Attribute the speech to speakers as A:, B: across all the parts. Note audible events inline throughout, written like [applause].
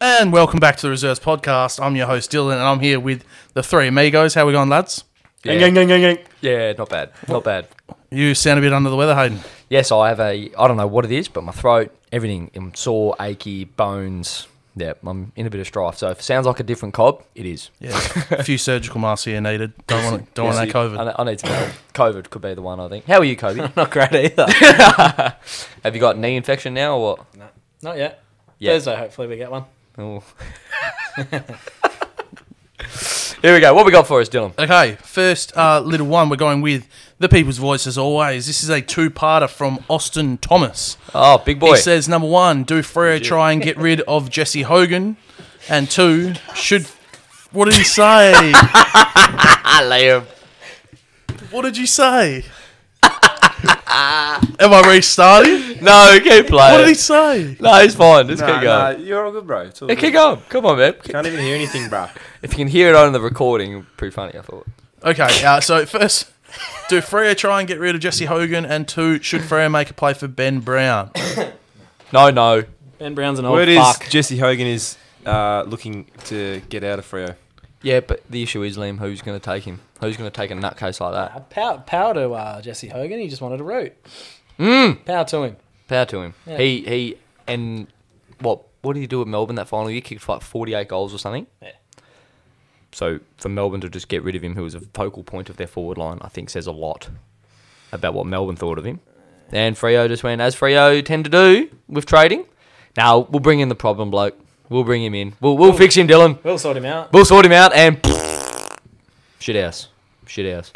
A: And welcome back to the Reserves Podcast. I'm your host, Dylan, and I'm here with the three amigos. How we going, lads?
B: Yeah.
C: Gang, gang, gang, gang, gang.
B: Yeah, not bad. Not bad.
A: You sound a bit under the weather, Hayden.
B: Yes, I have a. I don't know what it is, but my throat, everything, I'm sore, achy, bones. Yeah, I'm in a bit of strife. So if it sounds like a different cob, it is.
A: Yeah, a
B: [laughs]
A: few surgical masks here needed. Don't want, don't want that
B: Yes,
A: COVID.
B: I, I need to know. COVID could be the one, I think. How are you, Kobe?
C: [laughs] Not great either.
B: [laughs] have you got knee infection now or what?
C: Not yet.
B: Yeah.
C: Thursday, hopefully we get one.
B: Oh. [laughs] Here we go. What we got for us, Dylan?
A: Okay, first uh, little one, we're going with the people's voice as always. This is a two-parter from Austin Thomas.
B: Oh, big boy.
A: He says number one, do Freo try and
B: [laughs]
A: get rid of Jesse Hogan, and two, should what did he
B: [laughs]
A: say?
B: I lay him.
A: what did you say? Am I restarting?
B: No, keep playing.
A: What did he say?
B: No, he's fine. Just
D: Nah,
B: keep going.
D: nah, you're all good, bro. It's all
B: Yeah,
D: good.
B: keep going. Come on, man.
D: Can't even hear anything, [laughs] bro.
B: If you can hear it on the recording, pretty funny, I thought.
A: Okay, uh, so first, do Freo try and get rid of Jesse Hogan, and two, should Freo make a play for Ben Brown?
B: No, no.
C: Ben Brown's an old
D: Word is
C: fuck.
D: Jesse Hogan is uh, looking to get out of Freo.
B: Yeah, but the issue is, Liam, who's going to take him? Who's going to take a nutcase like that?
C: Uh, power, power to uh, Jesse Hogan. He just wanted a root.
E: Hmm.
C: Mm. Power to him.
B: Power to him.
C: Yeah.
B: He he and what what did he do at Melbourne that final year? Kicked like forty eight goals or something.
C: Yeah.
B: So for Melbourne to just get rid of him, who was a focal point of their forward line, I think says a lot about what Melbourne thought of him. And Freo just went as Freo tend to do with trading. Now we'll bring in the problem bloke. We'll bring him in. We'll we'll fix him, Dylan.
C: We'll sort him out.
B: We'll sort him out and shit house, shit house.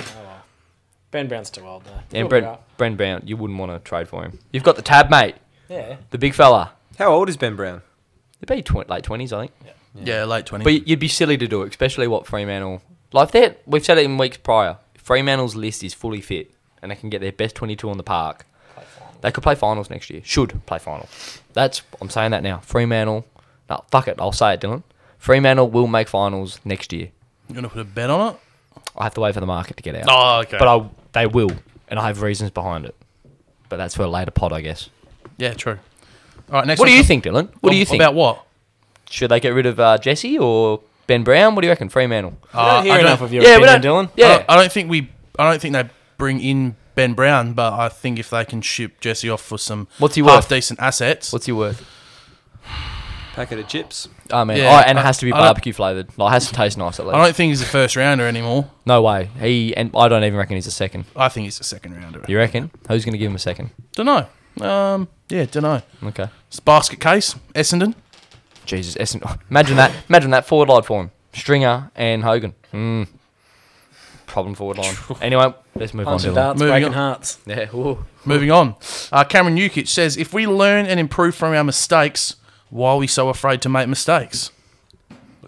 C: Ben Brown's too old though. He'll be
B: And Brent
C: right.
B: Brent Brown, you wouldn't want to trade for him. You've got the tab, mate.
C: Yeah.
B: The big fella.
D: How old is Ben Brown?
B: It'd be tw- late twenties, I think.
A: Yeah, late twenties.
B: But you'd be silly to do it, especially what Fremantle like that. We've said it in weeks prior. Fremantle's list is fully fit, and they can get their best twenty-two on the park. They could play finals next year. Should play final. That's I'm saying that now. Fremantle. No, fuck it. I'll say it, Dylan. Fremantle will make finals next year.
A: You gonna put a bet on it?
B: I have to wait for the market to get out,
A: Oh, okay.
B: but I they will, and I have reasons behind it. But that's for a later pod, I guess.
A: yeah, true. All right, next.
B: What do
A: one-
B: you think, Dylan? What do you think?
A: about what?
B: Should they get rid of uh, Jesse or Ben Brown? What do you reckon, Fremantle?
C: I
A: Uh,
C: don't hear
A: I don't-
C: enough of your
B: Yeah, we
C: opinion,
B: don't-
C: Dylan.
B: yeah.
A: I don't, I don't think we. I don't think they bring in Ben Brown, but I think if they can ship Jesse off for some
B: What's he
A: half
B: worth?
A: decent assets,
B: What's your worth?
D: Packet of chips.
B: Oh man,
A: Yeah,
B: oh, and it
A: I-
B: has to be
A: I don't-
B: barbecue flavored. Like, it has to taste nice at least.
A: I don't think he's a first rounder anymore.
B: no way. He and I don't even reckon he's a second.
A: I think he's a second rounder.
B: You reckon? Who's going to give him a second?
A: Don't know. Um, yeah, don't know.
B: Okay.
A: It's basket case, Essendon.
B: Jesus, Essen- [laughs] imagine that. Imagine that forward line for him. Stringer and Hogan. Mm. Problem forward [laughs] line. Anyway, let's move on.
C: Punching
B: Dylan.
C: darts,
A: Moving
C: breaking
A: on.
C: hearts.
B: Yeah. ooh.
A: Moving on. Uh, Cameron Newkitch says, if we learn and improve from our mistakes, why are we so afraid to make mistakes?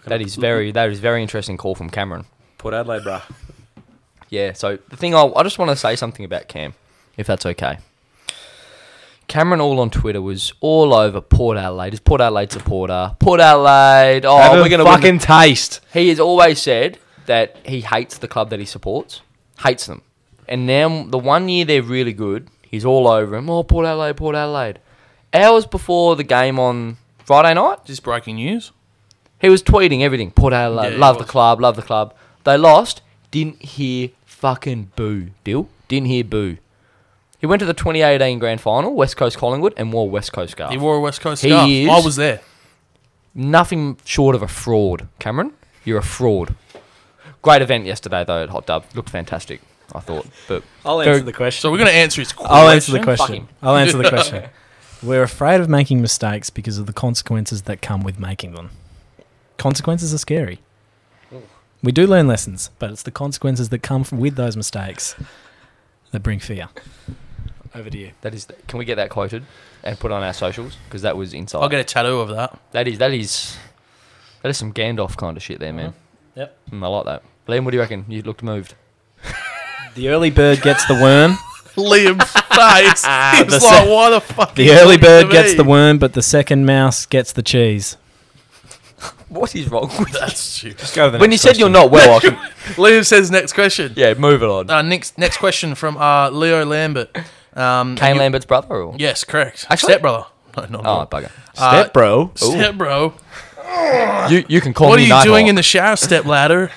B: That is very. That is very interesting call from Cameron.
D: Port Adelaide, bro.
B: Yeah, so the thing I, I just want to say something about Cam, if that's okay. Cameron all on Twitter was all over Port Adelaide. Is Port Adelaide supporter? Port Adelaide. Oh, we're gonna win. the-
D: taste.
B: He has always said that he hates the club that he supports, hates them. And now the one year they're really good, he's all over him. Oh, Port Adelaide, Port Adelaide. Hours before the game on Friday night,
A: Is this breaking news?
B: he was tweeting everything. Port Adelaide,
A: Yeah, he
B: love the
A: was.
B: club, love the club. They lost. Didn't hear fucking boo, Dill. Didn't hear boo. He went to the 2018 grand final, West Coast Collingwood, and wore West Coast scarf.
A: He wore a West Coast
B: He
A: scarf.
B: is.
A: I was there.
B: Nothing short of a fraud, Cameron. You're a fraud. Great event yesterday though at Hot Dub. Looked fantastic, I thought. But
C: I'll
B: answer
C: answer
B: Very-
C: the question.
A: So we're going to answer his question.
E: I'll answer the
B: Fuck him.
E: question. I'll answer
A: [laughs]
E: the question. We're afraid of making mistakes because of the consequences that come with making them. Consequences are scary. We do learn lessons, but it's the consequences that come from with those mistakes that bring fear. Over to you.
B: that is, can we get that quoted and put on our socials? Because that was inside.
A: I'll get a tattoo of that.
B: That is that is that is some Gandalf kind of shit there,
A: Uh-huh.
B: man.
C: Yep.
B: Mm, I like that. Liam, what do you reckon? You looked moved.
C: The early bird gets the worm.
A: [laughs] Liam's face. He's
E: [laughs] The
A: like,
E: se-
A: why the fuck?
E: The
A: is he
E: early
A: looking
E: bird
A: at
E: gets the
A: me?"
E: worm, but the second mouse gets the cheese.
B: What is wrong [laughs] with
A: [laughs]
B: that?
A: That's stupid.
D: Just go to the
B: When you
D: next
B: said you're not well, I can,
A: Liam says next question.
B: yeah, move it on.
A: Uh, next next question from uh, Leo Lambert. Um,
B: Kane
A: you-
B: Lambert's brother, or
A: Yes, correct.
B: Actually-
A: Stepbrother. No, not
B: oh
A: brother.
B: bugger,
A: Uh,
E: bro.
A: Step bro.
B: You you can call
A: what are
B: me.
A: you doing in the shower, step
B: [laughs]
A: ladder?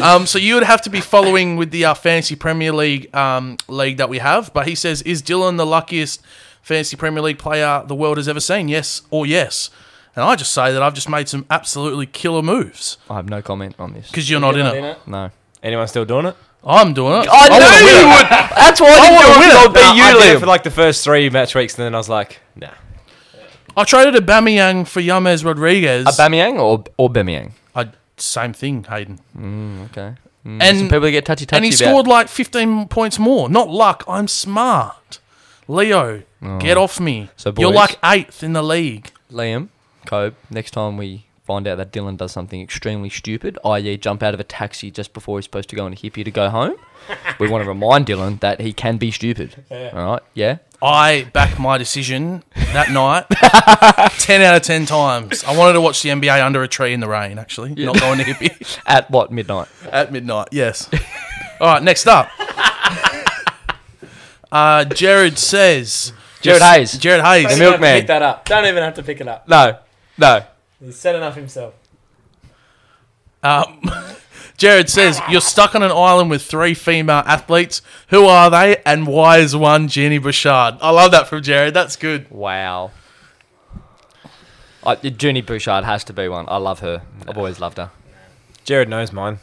A: um, so you would have to be following with the uh, fantasy Premier League um, league that we have. But he says, is Dylan the luckiest fantasy Premier League player the world has ever seen? Yes or yes? And I just say that I've just made some absolutely killer moves
B: I have no comment on this.
A: because you're not in it.
B: No.
D: Anyone still doing it?
A: I'm doing it.
B: I
A: wanna
B: knew
A: win
B: you
A: it.
B: would. That's why I
A: wanna win
B: didn't
A: it.
B: do it.
D: Nah,
B: Be
D: I did
B: you,
D: it for
B: Liam.
D: like the first three match weeks, and then I was like, nah.
A: I traded Aubameyang for Yames Rodriguez.
B: Aubameyang or or Uh, Bamiyang.
A: I, same thing, Hayden.
B: Okay. Mm,
A: And-
B: some people get touchy touchy.
A: and he scored like 15 points more. Not luck. I'm smart. Leo, get off me.
B: Oh. So,
A: You're
B: boys-
A: like eighth in the league.
B: Liam, Cope, next time we find out that Dylan does something extremely stupid, i.e., jump out of a taxi just before he's supposed to go on a hippie to go home, we want to remind Dylan that he can be stupid. All right? Yeah?
A: I backed my decision that
B: [laughs]
A: night 10 out of 10 times. I wanted to watch the NBA under a tree in the rain, actually. Not going to
B: [laughs]
A: hippie.
B: At what, midnight?
A: At midnight, yes. All right, next up.
B: [laughs]
A: Uh, Jared says.
B: Jared Hayes.
A: Jared
C: Don't
A: Hayes.
C: even have to
B: milkman.
C: Pick that up. Don't even have to pick it up.
B: No. No.
C: He's said enough himself.
A: Um, Jared says, You're stuck on an island with three female athletes. Who are they and why is one Jeannie Bouchard? I love that from Jared. That's good.
B: Wow. I, Junie Bouchard has to be one. I love her. I've always loved her.
D: Jared knows mine.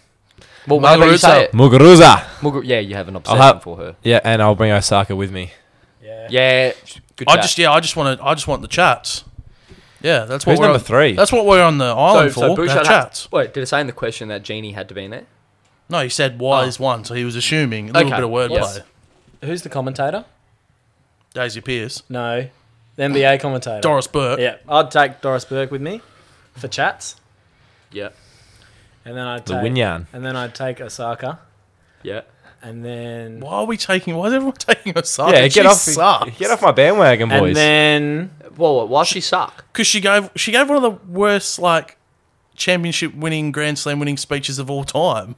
B: Well, whenever you
A: Muguruza.
B: say it,
D: Muguruza.
B: Mugu- yeah, you have an obsession
D: have-
B: for her.
D: Yeah, and I'll bring Osaka with me.
C: Yeah.
B: Yeah. Good
A: I
B: chat.
A: just yeah, I just want to I just want the chats. Yeah, that's what
D: Who's
A: we're
D: number
A: on-
D: three?
A: That's what we're on the island for. the
B: Bouchard had-
A: chats.
B: wait, did it say in the question that Jeannie had to be in there?
A: No, he said why
B: Oh.
A: is one, so he was assuming a little
B: Okay,
A: bit of wordplay.
B: yes.
C: Who's the commentator?
A: Daisy Pierce,
C: No. The NBA commentator.
A: Doris Burke.
C: Yeah. I'd take Doris Burke with me for chats.
B: Yeah.
C: And then I'd
D: The
C: take
D: Winyan.
C: And then I'd take Osaka.
B: Yeah.
C: And then
A: Why are we taking? Why is everyone [laughs] taking Osaka?
D: Yeah, get off,
A: sucks.
D: get off my bandwagon,
C: and
D: boys.
C: then
B: Whoa, why she suck?
A: because she gave she gave one of the worst like championship winning, Grand Slam winning speeches of all time.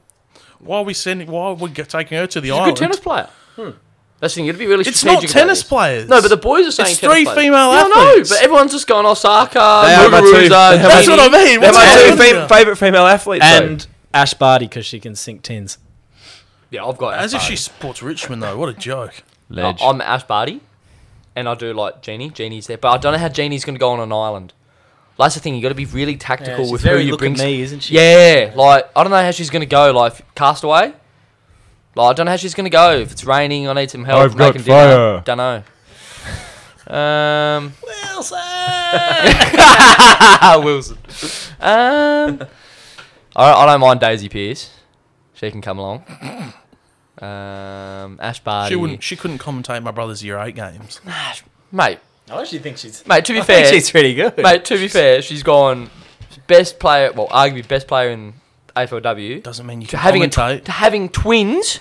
A: Why are we sending? Why are we g- taking her to the
B: She's a
A: island?
B: good tennis player. Hmm. That's the thing. You've got to be really
A: Oh, it's not
B: strategic about
A: tennis
B: this.
A: players.
B: No, but the boys are saying
A: It's
B: tennis
A: three
B: players.
A: female
B: yeah,
A: athletes.
B: No, but everyone's just going Osaka,
D: They are my two-
B: Muguruza.
D: they are my
A: that's
B: Jeannie.
A: what I mean.
D: They're
A: What's
D: my two
A: happening
D: fam-
A: here?
D: favourite female athletes. though.
C: and Ash Barty because she can sink tens.
B: Yeah, I've got
A: As
B: Ash
A: if she supports Richmond though. What a joke.
B: Barty. I- Uh, I'm Ash Barty, and I do like Jeannie. Jeannie's there, but I don't know how Jeannie's going to go on an island. Like, That's the thing. You got to be really tactical with who you
C: look
B: bring.
C: at me, isn't she?
B: Yeah, like I don't know how she's going to go. Like Castaway. Like I don't know how she's going to go. If it's raining, I need some help.
D: I've got
B: making dinner.
D: fire.
B: Don't know. Um.
C: Wilson.
B: [laughs] Wilson. Um, I, I don't mind Daisy Pierce. She can come along. Um, Ash Barty.
A: She wouldn't. She couldn't commentate my brother's year eight games.
B: Ash- mate,
C: I actually think she's.
B: mate. To be
C: I
B: fair,
C: think she's pretty good.
B: mate. To be fair, she's gone best player. Well, arguably best player in AFLW.
A: Doesn't mean you
B: To
A: can
B: having a
A: commentate.
B: tw- to having twins,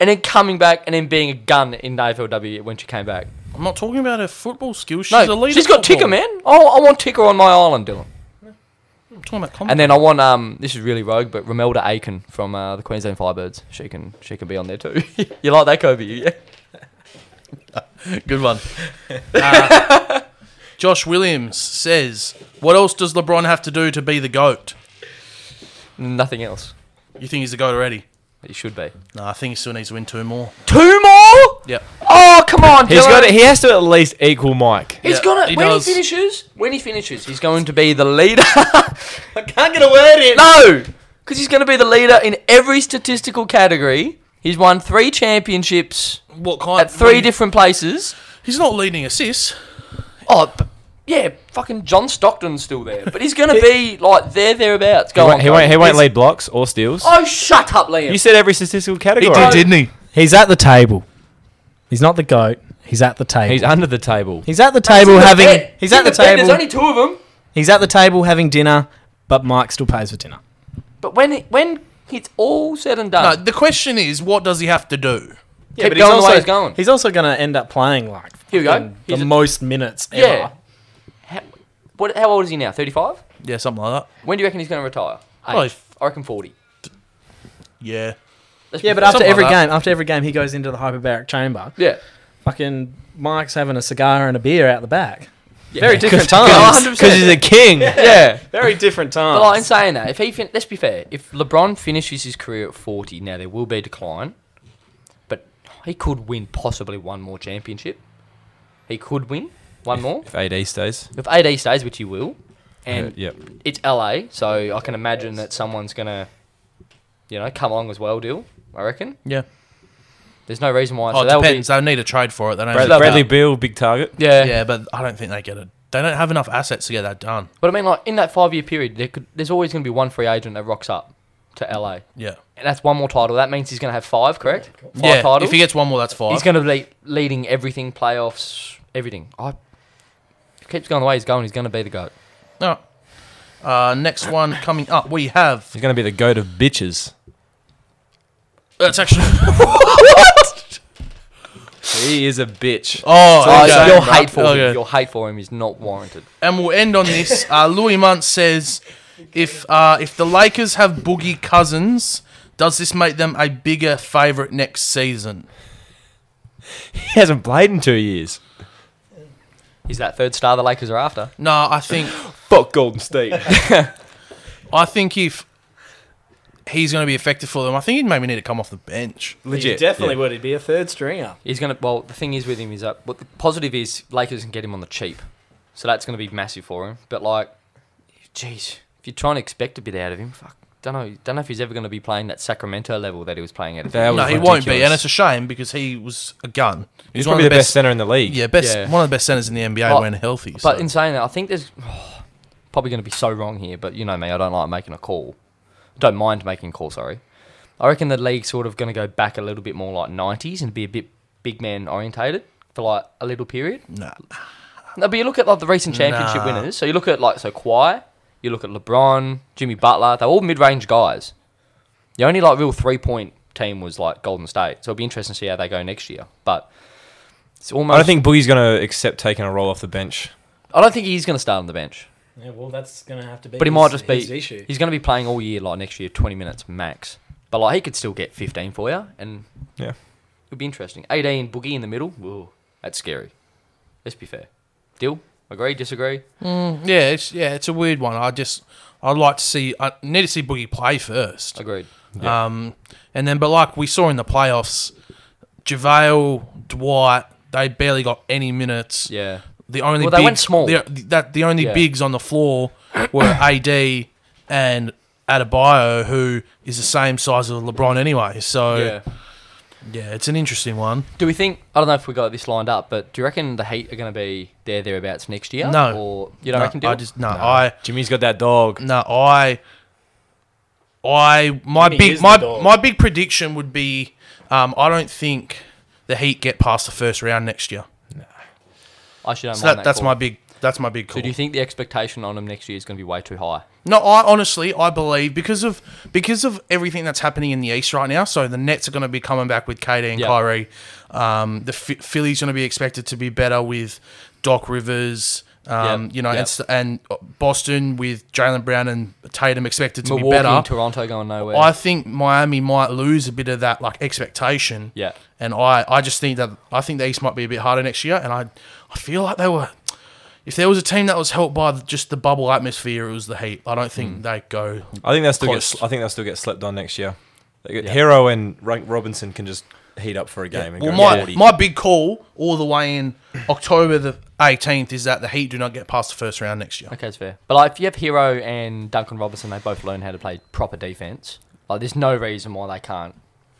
B: and then coming back and then being a gun in AFLW when she came back.
A: I'm not talking about her football skills. She's a
B: no,
A: leader.
B: she's got
A: football.
B: Ticker, man. Oh, I want Ticker on my island, Dylan.
A: I'm talking about
B: And
A: commentate.
B: then I want um this is really rogue, but Romelda Aiken from uh, the Queensland Firebirds. She can she can be on there too. [laughs] you like that Kobe? [laughs] Yeah.
A: Good one. [laughs] Uh, Josh Williams says, "What else does LeBron have to do to be the goat?
B: Nothing else.
A: You think he's the goat already?
B: It should be.
A: No, I think he still needs to win two more.
B: Two more?
A: Yep.
B: Oh come on,
D: He's
B: Dylan.
D: got. He has to at least equal Mike.
B: He's
A: Yeah,
B: gonna
A: he
B: when
A: does.
B: he finishes when he finishes, he's going to be the leader.
C: [laughs] I can't get a word in.
B: no! Because he's gonna be the leader in every statistical category. He's won three championships
A: What kind?
B: at
A: what
B: three
A: do you-
B: different places.
A: He's not leading assists.
B: Oh b- yeah, fucking John Stockton's still there. But
C: [laughs]
B: he's gonna be like there thereabouts.
D: He
B: Go
D: won't,
B: on.
D: he won't.
B: Kobe.
D: He won't lead blocks or steals.
B: [laughs] Oh shut up, Liam.
D: You said every statistical category.
A: didn't he?
E: He's at the table. He's not the goat. He's at the table.
D: He's
E: He's,
D: under the table.
E: at the table
B: It's in
E: having.
B: the pen. It's
E: He's at
B: in
E: the,
B: pen.
E: table.
B: There's only two of them.
E: he's at the table having dinner, but Mike still pays for dinner.
B: But when it, when it's all said and
A: No.
B: done,
A: The question is, what does he have to do?
B: keep going the way it's going.
E: He's also going to end up playing like
B: Here we go.
E: fucking
B: He's
E: the
B: a-
E: most minutes ever.
B: yeah. How, what, how old is he now? Thirty-five.
A: Yeah, something like that.
B: When do you reckon he's going to retire? Age?
A: Probably f-
B: I reckon forty.
A: Yeah.
B: Let's
E: Yeah,
B: be
E: but
B: fair.
E: after
A: Something
E: every
A: like that.
E: game, after every game, he goes into the hyperbaric chamber.
B: yeah,
E: Fucking Mike's having a cigar and a beer out the back. [laughs]
B: Very
C: [laughs]
B: different times.
E: Because he's a
B: [laughs]
E: king. [laughs]
B: yeah.
D: Very different times.
B: But like, in saying that, if he fin- let's be fair, if LeBron finishes his career at 40, now there will be decline, but he could win possibly one more championship. He could win one more
D: If AD stays.
B: if AD stays, which he will, and
D: Uh, yep.
B: it's LA, so I can imagine that someone's gonna, you know, come along as well. Deal, I reckon.
A: Yeah.
B: There's no reason why.
A: Oh,
B: so
A: it
B: that'll be-
A: depends. They need a trade for it. They don't.
D: Brad-
B: love
D: Bradley Beal, big target.
B: yeah.
A: yeah, but I don't think they get it. They don't have enough assets to get that done.
B: but I mean, like in that five year period, there could, there's always gonna be one free agent that rocks up to LA,
A: Yeah.
B: and that's one more title. That means he's gonna have five, correct? Five
A: yeah.
B: titles.
A: If he gets one more, that's five.
B: He's going to be leading everything, playoffs, everything. I if it keeps going the way he's going. He's going to be the goat.
A: No. Uh, next one coming up, we have.
D: He's going to be the goat of bitches.
A: That's actually.
D: He is a bitch.
A: Oh,
B: Oh,
A: okay.
B: your hate for
A: Okay.
B: him, your hate for him is not warranted.
A: And we'll end on this. Uh, Louis Muntz says, if uh, if the Lakers have Boogie Cousins, does this make them a bigger favorite next season?
D: He hasn't played in two years.
B: He's that third star the Lakers are after.
A: No, I think
D: Fuck Golden State.
A: I think if he's going to be effective for them, I think he'd maybe need to come off the bench.
D: [laughs] Legit.
C: He definitely
D: yeah.
C: would. He'd be a third stringer.
B: He's going to. Well, the thing is with him is that what the positive is Lakers can get him on the cheap, so that's going to be massive for him. But like, jeez, if you're trying to expect a bit out of him, fuck. Don't know. Don't know if he's ever going to be playing that Sacramento level that he was playing at.
D: That
A: No,
D: was
A: he won't be,
D: ridiculous.
A: and it's a shame because he was a gun.
D: He's probably the best, center in the league.
A: Yeah, best
B: Yeah.
A: one of the best centers in the NBA
B: But-
A: when healthy. so-
B: But in saying that, I think there's [sighs] probably going to be so wrong here. But you know me, I don't like making a call. Don't mind making a call. Sorry. I reckon the league's sort of going to go back a little bit more like '90s and be a bit big man orientated for like a little period.
A: Nah.
B: No, but you look at like the recent championship
A: Nah.
B: winners. So you look at like so Kawhi, you look at LeBron, Jimmy Butler. They're all mid-range guys. The only like real three-point team was like Golden State. So it'll be interesting to see how they go next year. But it's almost.
D: I don't think Boogie's going to accept taking a roll off the bench.
B: I don't think he's going to start on the bench.
C: Yeah, well, that's going to have to be
B: But he
C: his-
B: might just be.
C: his issue.
B: He's going to be playing all year, like next year, 20 minutes max. But like he could still get 15 for you, and
D: Yeah.
B: it'll be interesting. 18 boogie in the middle. Whoa, that's scary. Let's be fair. Deal? Agree? Disagree?
A: Mm, yeah, it's yeah, it's a weird one. I just I'd like to see I need to see Boogie play first.
B: Agreed.
D: Yeah.
A: Um, and then, but like we saw in the playoffs, Javale, Dwight, they barely got any minutes.
B: Yeah.
A: The only
B: Well, they went
A: bigs-
B: small.
A: The, that the only
B: Yeah.
A: bigs on the floor were
B: [coughs]
A: AD and Adebayo, who is the same size as LeBron anyway. So
B: Yeah.
A: Oh, yeah, it's an interesting one.
B: Do we think? I don't know if we got this lined up, but do you reckon the Heat are going to be there thereabouts next year?
A: No.
B: Or you don't
A: No,
B: reckon? Deal?
A: I just no, I
D: Jimmy's got that dog.
A: no, I, I my
C: Jimmy
A: big
C: is
A: my
C: the dog.
A: my big prediction would be, um, I don't think the Heat get past the first round next year.
B: I should. Don't
A: So
B: mind
A: that, that's
B: call.
A: my big that's my big
B: So
A: call.
B: do you think the expectation on him next year is going to be way too high?
A: no, I honestly I believe because of because of everything that's happening in the East right now. So the Nets are going to be coming back with KD and
B: Yeah.
A: Kyrie. Um, the Ph- Philly's going to be expected to be better with Doc Rivers. Um,
B: Yeah,
A: You know,
B: yeah.
A: and, st- and Boston with Jalen Brown and Tatum expected to
B: Milwaukee
A: be better.
B: and Toronto going nowhere.
A: I think Miami might lose a bit of that like expectation.
B: Yeah.
A: And I, I just think that I think the East might be a bit harder next year. And I I feel like they were if there was a team that was helped by the- just the bubble atmosphere, it was the Heat. I don't
B: Hmm.
A: think they go.
D: I think they'll still
A: Close.
D: get. I think they'll still get slept on next year. They get-
B: Yeah.
D: Hero and Ro- Robinson can just heat up for a game. and
A: Well,
D: go
A: my
D: 40.
A: my big call all the way in October the 18th is that the Heat do not get past the first round next year.
B: Okay, it's fair. But like, if you have Hero and Duncan Robinson, they both learn how to play proper defense. Like, there's no reason why they can't,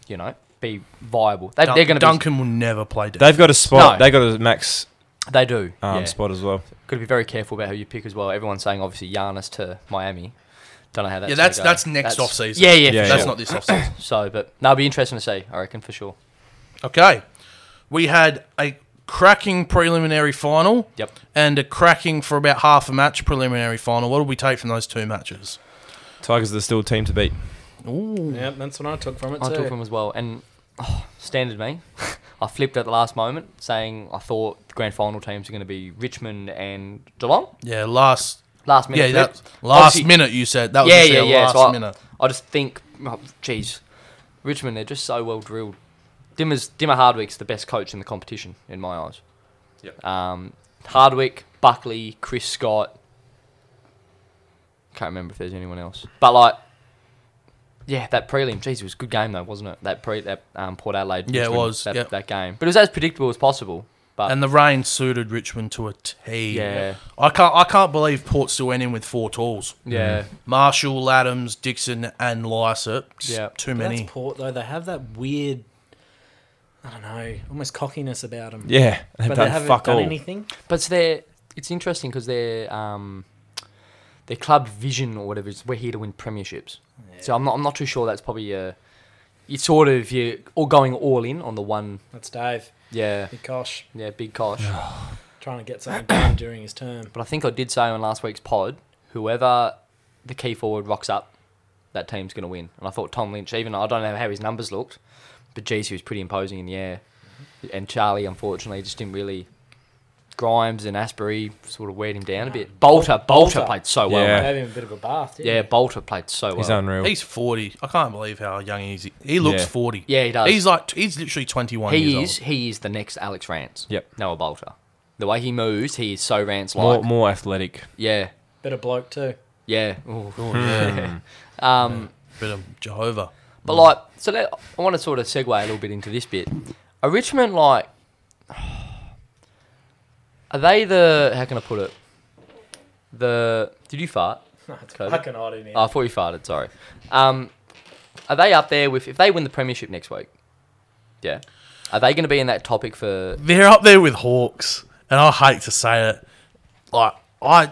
B: you know, be viable. They,
A: Dun-
B: they're going to
A: Duncan will never play. defense.
D: They've got a spot.
B: No.
D: They got a max
B: Be, they do.
D: um,
B: yeah.
D: spot as well.
B: Got to be very careful about who you pick as well. Everyone's saying obviously Giannis to Miami. Don't know how that's.
A: yeah, that's
B: gonna go.
A: that's next off season.
B: Yeah, yeah,
D: Yeah,
B: for
A: that's
B: sure.
A: not this offseason.
B: So, but that'll be interesting to see. I reckon for sure.
A: Okay. We had a cracking preliminary final.
B: Yep.
A: And a cracking for about half a match preliminary final. What did we take from those two matches?
D: Tigers are still a team to beat.
C: Yeah, that's what I took from it
B: I
C: too.
B: took him as well, and oh, standard me. [laughs] I flipped at the last moment, saying I thought the grand final teams are going to be Richmond and Geelong.
A: Yeah, last
B: Last minute.
A: yeah,
B: flip.
A: that last
B: Obviously-
A: minute you said that was
B: yeah,
A: just
B: yeah,
A: our
B: yeah.
A: last
B: So I,
A: minute.
B: I just think, oh, jeez, Richmond, they're just so well drilled. Dimmer's, Dimmer Hardwick's the best coach in the competition, in my eyes.
D: Yep.
B: Um, Hardwick, Buckley, Chris Scott. Can't remember if there's anyone else. But like, yeah, that prelim, jeez, it was a good game though, wasn't it? That pre, that um, Port Adelaide.
A: Yeah, it
B: Richmond,
A: was,
B: that,
A: yep.
B: that game. But it was as predictable as possible. But
A: And the rain suited Richmond to a T.
B: uh, Yeah.
A: I can't I can't believe Port still went in with four tools.
B: yeah,
A: Marshall, Adams, Dixon, and Lysett. Just
B: Yeah.
A: Too
C: But
A: many.
C: That's Port though. They have that weird, I don't know, almost cockiness about them.
D: Yeah, they've
C: but
D: done
C: they haven't
D: fuck
C: done
D: all.
C: anything.
B: but it's their. It's interesting because their um, their club vision or whatever is we're here to win premierships. So I'm not. I'm not too sure that's probably a. It's sort of you're all going all in on the one.
C: That's Dave.
B: Yeah,
C: Big Kosh
B: yeah, big cosh.
C: trying to get something done during his term.
B: But I think I did say on last week's pod, whoever the key forward rocks up, that team's going to win. And I thought Tom Lynch, even I don't know how his numbers looked, but geez, he was pretty imposing in the air. And Charlie, unfortunately, just didn't really. Grimes and Asbury sort of weighed him down a bit. Bolter, Bolter,
C: Bolter.
B: played so well.
D: Yeah.
B: Yeah,
C: Gave him a bit of a bath. Didn't
B: yeah
C: he?
B: Bolter played so
D: He's
B: well.
D: unreal.
A: He's forty. I can't believe how young he is. He looks
D: Yeah.
A: forty.
B: Yeah, he does.
A: He's like he's literally twenty one years
B: he
A: old.
B: is he is the next Alex Rance.
D: Yep.
B: Noah Bolter. The way he moves, he is so Rance like.
D: more, more athletic.
B: Yeah.
C: bit of bloke too.
B: Yeah. Ooh.
A: yeah.
B: [laughs] Um,
A: Bit of Jehovah.
B: But like, so let, I want to sort of segue a little bit into this bit. Are Richmond like? [sighs] Are they the? How can I put it? The did you fart?
C: That's
B: COVID.
C: fucking odd in here.
B: Oh, I thought you farted. Sorry. Um, are they up there with if they win the premiership next week? Yeah. Are they going to be in that topic for?
A: They're up there with Hawks, and I hate to say it. Like I,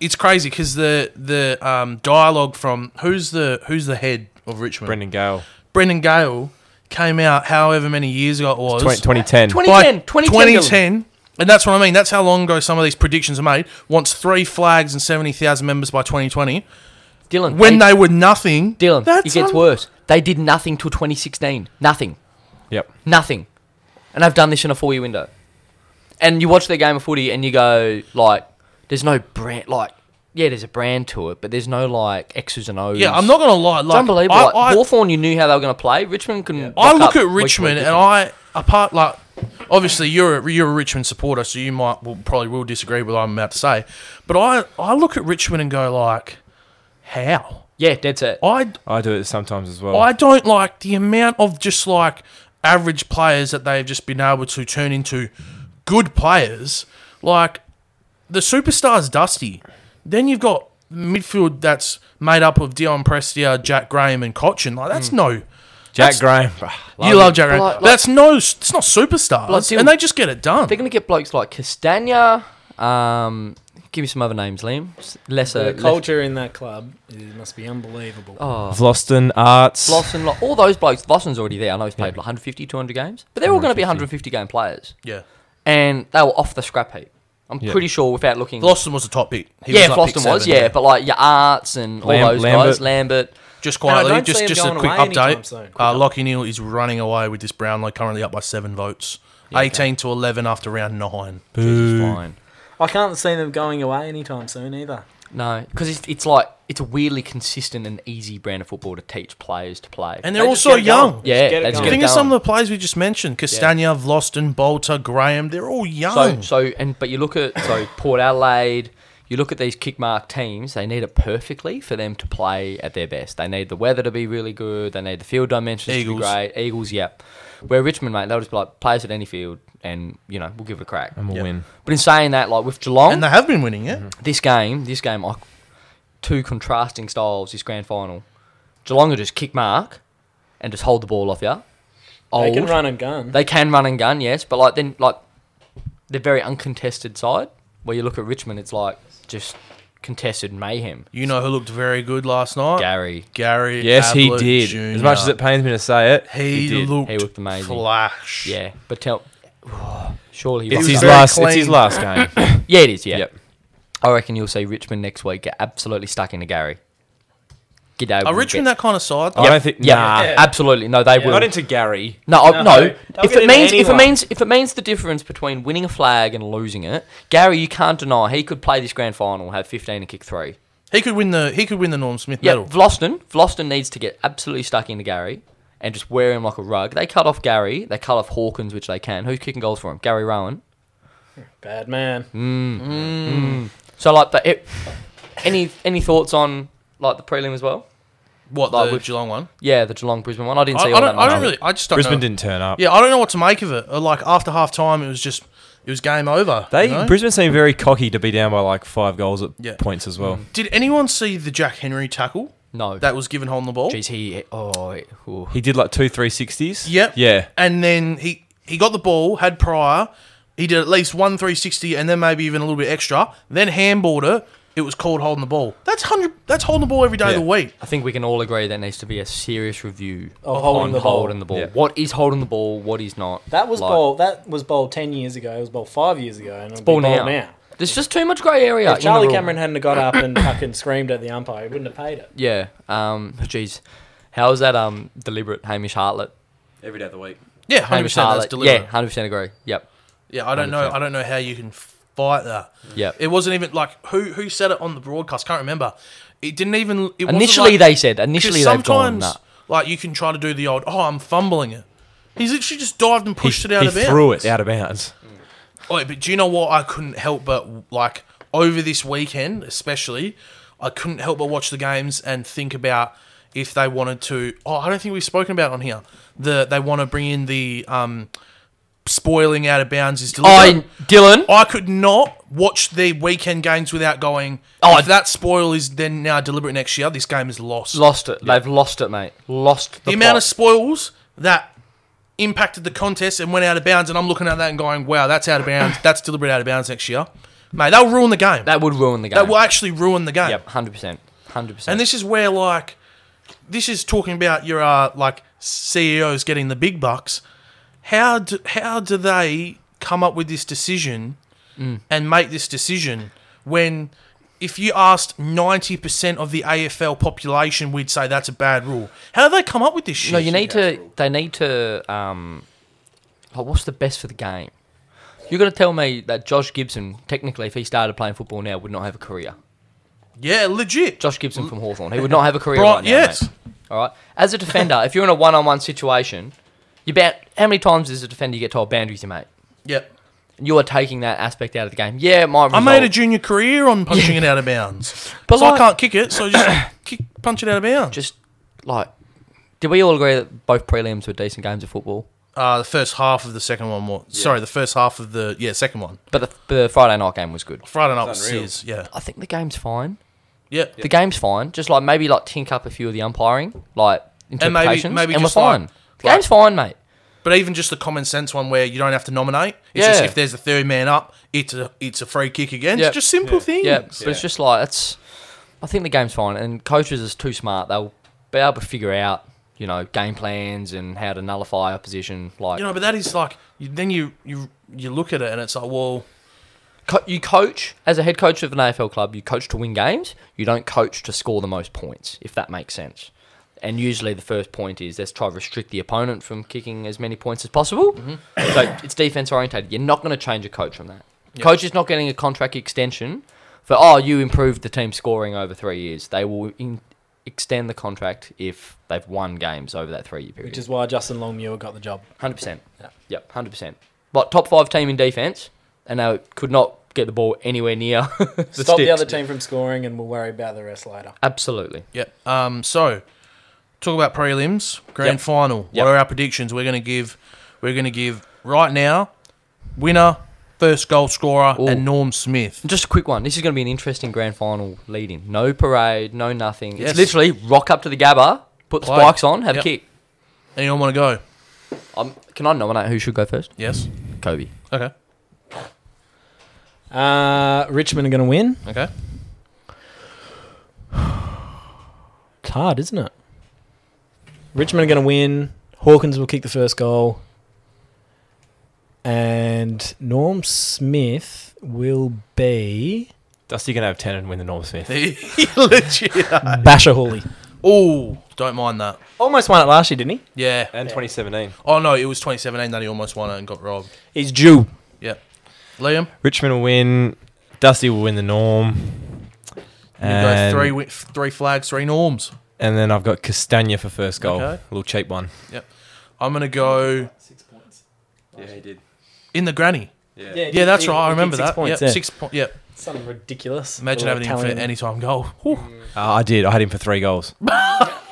A: it's crazy because the the um, dialogue from who's the who's the head of Richmond?
D: Brendan Gale.
A: Brendan Gale came out however many years ago it was.
D: 20, 2010.
B: 2010, 2010, Dylan.
A: 2010, And that's what I mean. That's how long ago some of these predictions are made. Wants three flags and 70,000 members by 2020.
B: Dylan.
A: When
B: they,
A: they were nothing.
B: Dylan, it
A: that's
B: gets
A: un-
B: worse. They did nothing till 2016. Nothing.
D: Yep.
B: Nothing. And I've done this in a four year window. And you watch their game of footy and you go, like, there's no brand, like, yeah, there's a brand to it, but there's no, like, X's and O's.
A: Yeah, I'm not going to lie. Like,
B: It's unbelievable.
A: I,
B: like,
A: I-
B: Hawthorn, you knew how they were going to play. Richmond can.
A: I
B: rock up
A: look at
B: week to week,
A: Richmond and
B: isn't it?
A: I, apart, like, obviously you're a, you're a Richmond supporter, so you might, well, probably will disagree with what I'm about to say. But I, I look at Richmond and go, like, how?
B: Yeah, dead set.
A: I,
D: I do it sometimes as well.
A: I don't like the amount of just like average players that they've just been able to turn into good players. Like the superstars, Dusty. Then you've got midfield that's made up of Dion Prestia, Jack Graham, and Cochin. Like that's no.
D: Jack Graham.
A: you love Jack
B: But
A: Graham.
B: like- like-
A: that's no. It's not superstars,
B: Like, Dion-
A: and they just get it done.
B: They're going to get blokes like Castagna. Um, give me some other names, Liam. S- Lesser.
C: the
B: less-
C: culture in that club it must be unbelievable.
B: Oh.
D: Vloston, Arts.
B: Lawson, like, all those blokes. Lawson's already there. I know he's played like 150, 200 games, but they're all going to be 150 game players.
A: yeah,
B: and they were off the scrap heat. I'm
D: Yeah.
B: pretty sure without looking.
A: Flosson was a top pick. He
B: yeah,
A: up pick
B: Floston was.
A: seven,
B: Yeah, but like your arts and all
D: Lam-
B: those guys, Lambert.
A: just
C: I
A: quietly,
C: don't see
A: just
C: him
A: just a
C: going
A: quick
C: away anytime
A: update.
C: soon. Quick
A: uh, Lockie Neal is running away with this Brownlow, currently up by seven votes, eighteen to eleven after round nine.
B: Jesus, fine.
C: I can't see them going away anytime soon either.
B: No, because it's, it's like it's a weirdly consistent and easy brand of football to teach players to play.
A: And they're
C: They
A: all
C: just
A: so
C: get it going.
A: young.
C: They
B: yeah,
C: just get it
B: they just
C: going.
B: get
A: Think
B: it
A: of some
B: going.
A: of the players we just mentioned: Castagna, Vlosten, Bolter, Graham. They're all young.
B: So so and but you look at so Port Adelaide. You look at these kick mark teams, they need it perfectly for them to play at their best. They need the weather to be really good. They need the field dimensions
A: Eagles.
B: to be great. Eagles, yep. Where Richmond, mate, they'll just be like, play us at any field and, you know, we'll give it a crack.
D: And we'll
A: Yeah.
D: win.
B: But in saying that, like with Geelong,
A: and they have been winning, yeah.
B: this game, this game, I, two contrasting styles. This grand final, Geelong will just kick mark and just hold the ball off you. Old.
C: They can run and gun.
B: They can run and gun, yes, but like then like they're very uncontested side. Where you look at Richmond, it's like just contested mayhem.
A: You know who looked very good last night?
B: Gary,
A: Gary.
D: Yes, he
A: Ablett
D: did.
A: Jr..
D: As much as it pains me to say it,
A: he,
D: he, did.
A: looked,
B: He looked amazing.
A: Flash.
B: yeah, but tell. [sighs] Surely he
D: It's
B: won't
D: his
B: go.
A: very
D: last. It's
A: clean.
D: his last game.
B: Yeah, it is. Yeah,
D: Yep.
B: I reckon you'll see Richmond next week get absolutely stuck into Gary. G'day.
A: Are Richmond that kind of side? though?
D: I don't think.
B: Yeah,
D: Nah.
B: absolutely. No, they will.
D: Not into Gary.
B: No, I-
C: No,
B: no.
C: don't
B: If
C: get
B: it
C: into
B: means if it
C: anyone.
B: means if it means the difference between winning a flag and losing it, Gary, you can't deny he could play this grand final, have fifteen and kick three.
A: He could win the he could win the Norm Smith
B: Yeah,
A: medal.
B: Vloston, Vloston needs to get absolutely stuck into Gary and just wear him like a rug. They cut off Gary, they cut off Hawkins, which they can. Who's kicking goals for him? Gary Rowan.
C: Bad man.
B: Mm. So like the it, any any thoughts on like the prelim as well?
A: What
B: Like,
A: the
B: we've-
A: Geelong one?
B: Yeah, the Geelong Brisbane one. I didn't
A: I,
B: see
A: I
B: all
A: don't.
B: that
A: I
B: much.
A: don't really. I just don't
D: Brisbane
A: know.
D: didn't turn up.
A: Yeah, I don't know what to make of it. Uh, Like after half time, it was just it was game over.
D: They
A: you know?
D: Brisbane seemed very cocky to be down by like five goals at
A: Yeah.
D: points as well.
A: Did anyone see the Jack Henry tackle
B: No.
A: that was given holding the ball?
B: Jeez, he. Oh, it- oh.
D: He did like two three sixties.
A: Yep.
D: Yeah.
A: And then he he got the ball, had prior. He did at least one 360 and then maybe even a little bit extra. Then handballed it. It was called holding the ball. That's hundred. That's holding the ball every day of the
D: Yeah.
A: week.
B: I think we can all agree there needs to be a serious review
C: Of holding
B: on
C: the ball.
B: holding the ball.
D: Yeah.
B: What is holding the ball? What is not?
C: That was
B: Like,
C: bowl. That was bowl ten years ago. It was bowl five years ago, and it's
B: Ball
C: bowl
B: now.
C: now. now.
B: There's just too much grey area. in
C: If
B: the
C: Charlie
B: rule.
C: Cameron hadn't have got up and fucking screamed at the umpire, he wouldn't have paid it.
B: Yeah. Um. Jeez. How is that um deliberate, Hamish Hartlett?
D: Every day of the week.
A: Yeah, hundred
B: Hamish
A: percent. That's
B: Hartlett.
A: deliberate.
B: Yeah, hundred percent agree. Yep.
A: Yeah, I don't know.
B: 100%.
A: I don't know how you can fight that.
B: Yep.
A: It wasn't even like who who said it on the broadcast. Can't remember. It didn't even. It wasn't
B: initially,
A: like-
B: they said.
A: 'cause
B: Initially, they've
A: sometimes
B: gone. Nah.
A: like you can try to do the old. Oh, I'm fumbling it. He's literally just dived and
D: He,
A: pushed it out
D: he
A: of bounds.
D: threw it out of bounds.
A: Oi, but do you know what? I couldn't help but like over this weekend, especially, I couldn't help but watch the games and think about if they wanted to. Oh, I don't think we've spoken about it on here. The they want to bring in the um, spoiling out of bounds is deliberate.
B: I Dylan.
A: I could not watch the weekend games without going.
B: Oh,
A: Oh,
B: I-
A: if that spoil is then now deliberate next year, this game is lost.
B: Lost it. They've lost it, mate. Lost the,
A: the amount
B: plot.
A: of spoils that impacted the contest and went out of bounds, and I'm looking at that and going, "Wow, that's out of bounds. That's deliberate out of bounds next year, mate. They'll ruin the game. That,
B: that would ruin the game.
A: will actually ruin the game."
B: Yep, hundred percent, hundred percent.
A: And this is where like, this is talking about your uh, like CEOs getting the big bucks. How do, how do they come up with this decision
B: Mm.
A: and make this decision when if you asked 90% of the AFL population we'd say that's a bad rule. How do they come up with this shit?
B: no, you need to. They need to. Um, like, what's the best for the game? You're gonna tell me that Josh Gibson, technically, if he started playing football now, would not have a career.
A: Yeah, legit.
B: Josh Gibson from Hawthorn, he would not have a career.
A: Bri-
B: right now,
A: yes.
B: mate. All right. As a defender, if you're in a one-on-one situation, you bound. How many times does a defender get told boundaries, you mate?
A: Yep.
B: And You are taking that aspect out of the game. Yeah, it might.
A: I
B: result-
A: made a junior career on punching it out of bounds.
B: [laughs] But
A: But
B: like-
A: I can't kick it, so just
B: [coughs]
A: kick, punch it out of bounds.
B: just like. Did we all agree that both prelims were decent games of football?
A: Uh, the first half of the second one was. Sorry, the first half of the. Yeah, second one.
B: But the, but the Friday night game was good.
A: Friday night was
D: unreal.
A: Sears. Yeah.
B: I think the game's fine.
A: Yeah.
B: The game's fine. Just like maybe like tink up a few of the umpiring, like interpretations, and,
A: maybe
B: we're
A: just,
B: fine.
A: like-
B: the game's fine, mate.
A: But even just the common sense one where you don't have to nominate. It's
B: Yeah.
A: just if there's a third man up, it's a it's a free kick again.
B: Yep.
A: It's just simple things.
B: Yeah, but it's just like it's. I think the game's fine, and coaches is too smart. They'll be able to figure out, you know, game plans and how to nullify opposition. Like
A: You know, but that is like you, then you you you look at it and it's like, well,
B: co- you coach as a head coach of an AFL club, you coach to win games. You don't coach to score the most points, if that makes sense. And usually, the first point is let's try to restrict the opponent from kicking as many points as possible. So it's defense orientated. You're not going to change a coach from that. Coach is not getting a contract extension for oh you improved the team scoring over three years. They will in- extend the contract if they've won games over that three year period.
C: Which is why Justin Longmuir got the job.
B: Hundred percent. Yep, hundred percent. But top five team in defense, and they could not get the ball anywhere near the
C: Stop
B: sticks.
C: the other team from scoring, and we'll worry about the rest later.
B: Absolutely.
A: yeah. Um, so talk about prelims, grand
B: Yep.
A: final.
B: Yep.
A: What are our predictions? We're gonna give we're gonna give right now winner, first goal scorer,
B: Ooh.
A: and Norm Smith.
B: Just a quick one. This is going to be an interesting grand final leading. No parade, no nothing.
A: Yes.
B: It's literally rock up to the Gabba, put the
A: Play.
B: spikes on, have
A: Yep.
B: a kick.
A: Anyone want to go?
B: Um, can I nominate who should go first?
A: Yes.
B: Kobe.
A: Okay.
E: Uh, Richmond are going to win.
A: [laughs] Okay.
E: It's hard, isn't it? Richmond are going to win. Hawkins will kick the first goal. And Norm Smith will be
D: Dusty gonna have ten and win the Norm Smith.
A: Legit.
E: Basher Hawley.
A: Oh, don't mind that.
E: Almost won it last year, didn't he?
A: Yeah.
D: And 2017.
A: Oh no, it was 2017 that he almost won it and got robbed.
E: He's due.
A: Yeah. Liam,
D: Richmond will win. Dusty will win the Norm.
A: you go
D: And,
A: three wi- three flags, three norms.
D: and then I've got Castagna for first goal.
A: Okay.
D: A little cheap one.
A: I'm gonna go
D: Yeah, he did.
A: in the granny.
D: Yeah.
C: Yeah,
A: Yeah, that's
C: he-
A: right. I
C: he
A: remember
E: kicked six
A: that.
E: points,
A: yep,
E: yeah.
A: six point. Yep.
C: Something ridiculous.
A: Imagine having him for
C: Italian-
A: any time goal. [laughs] Whew.
D: Uh, I did. I had him for
A: [laughs]
D: three goals.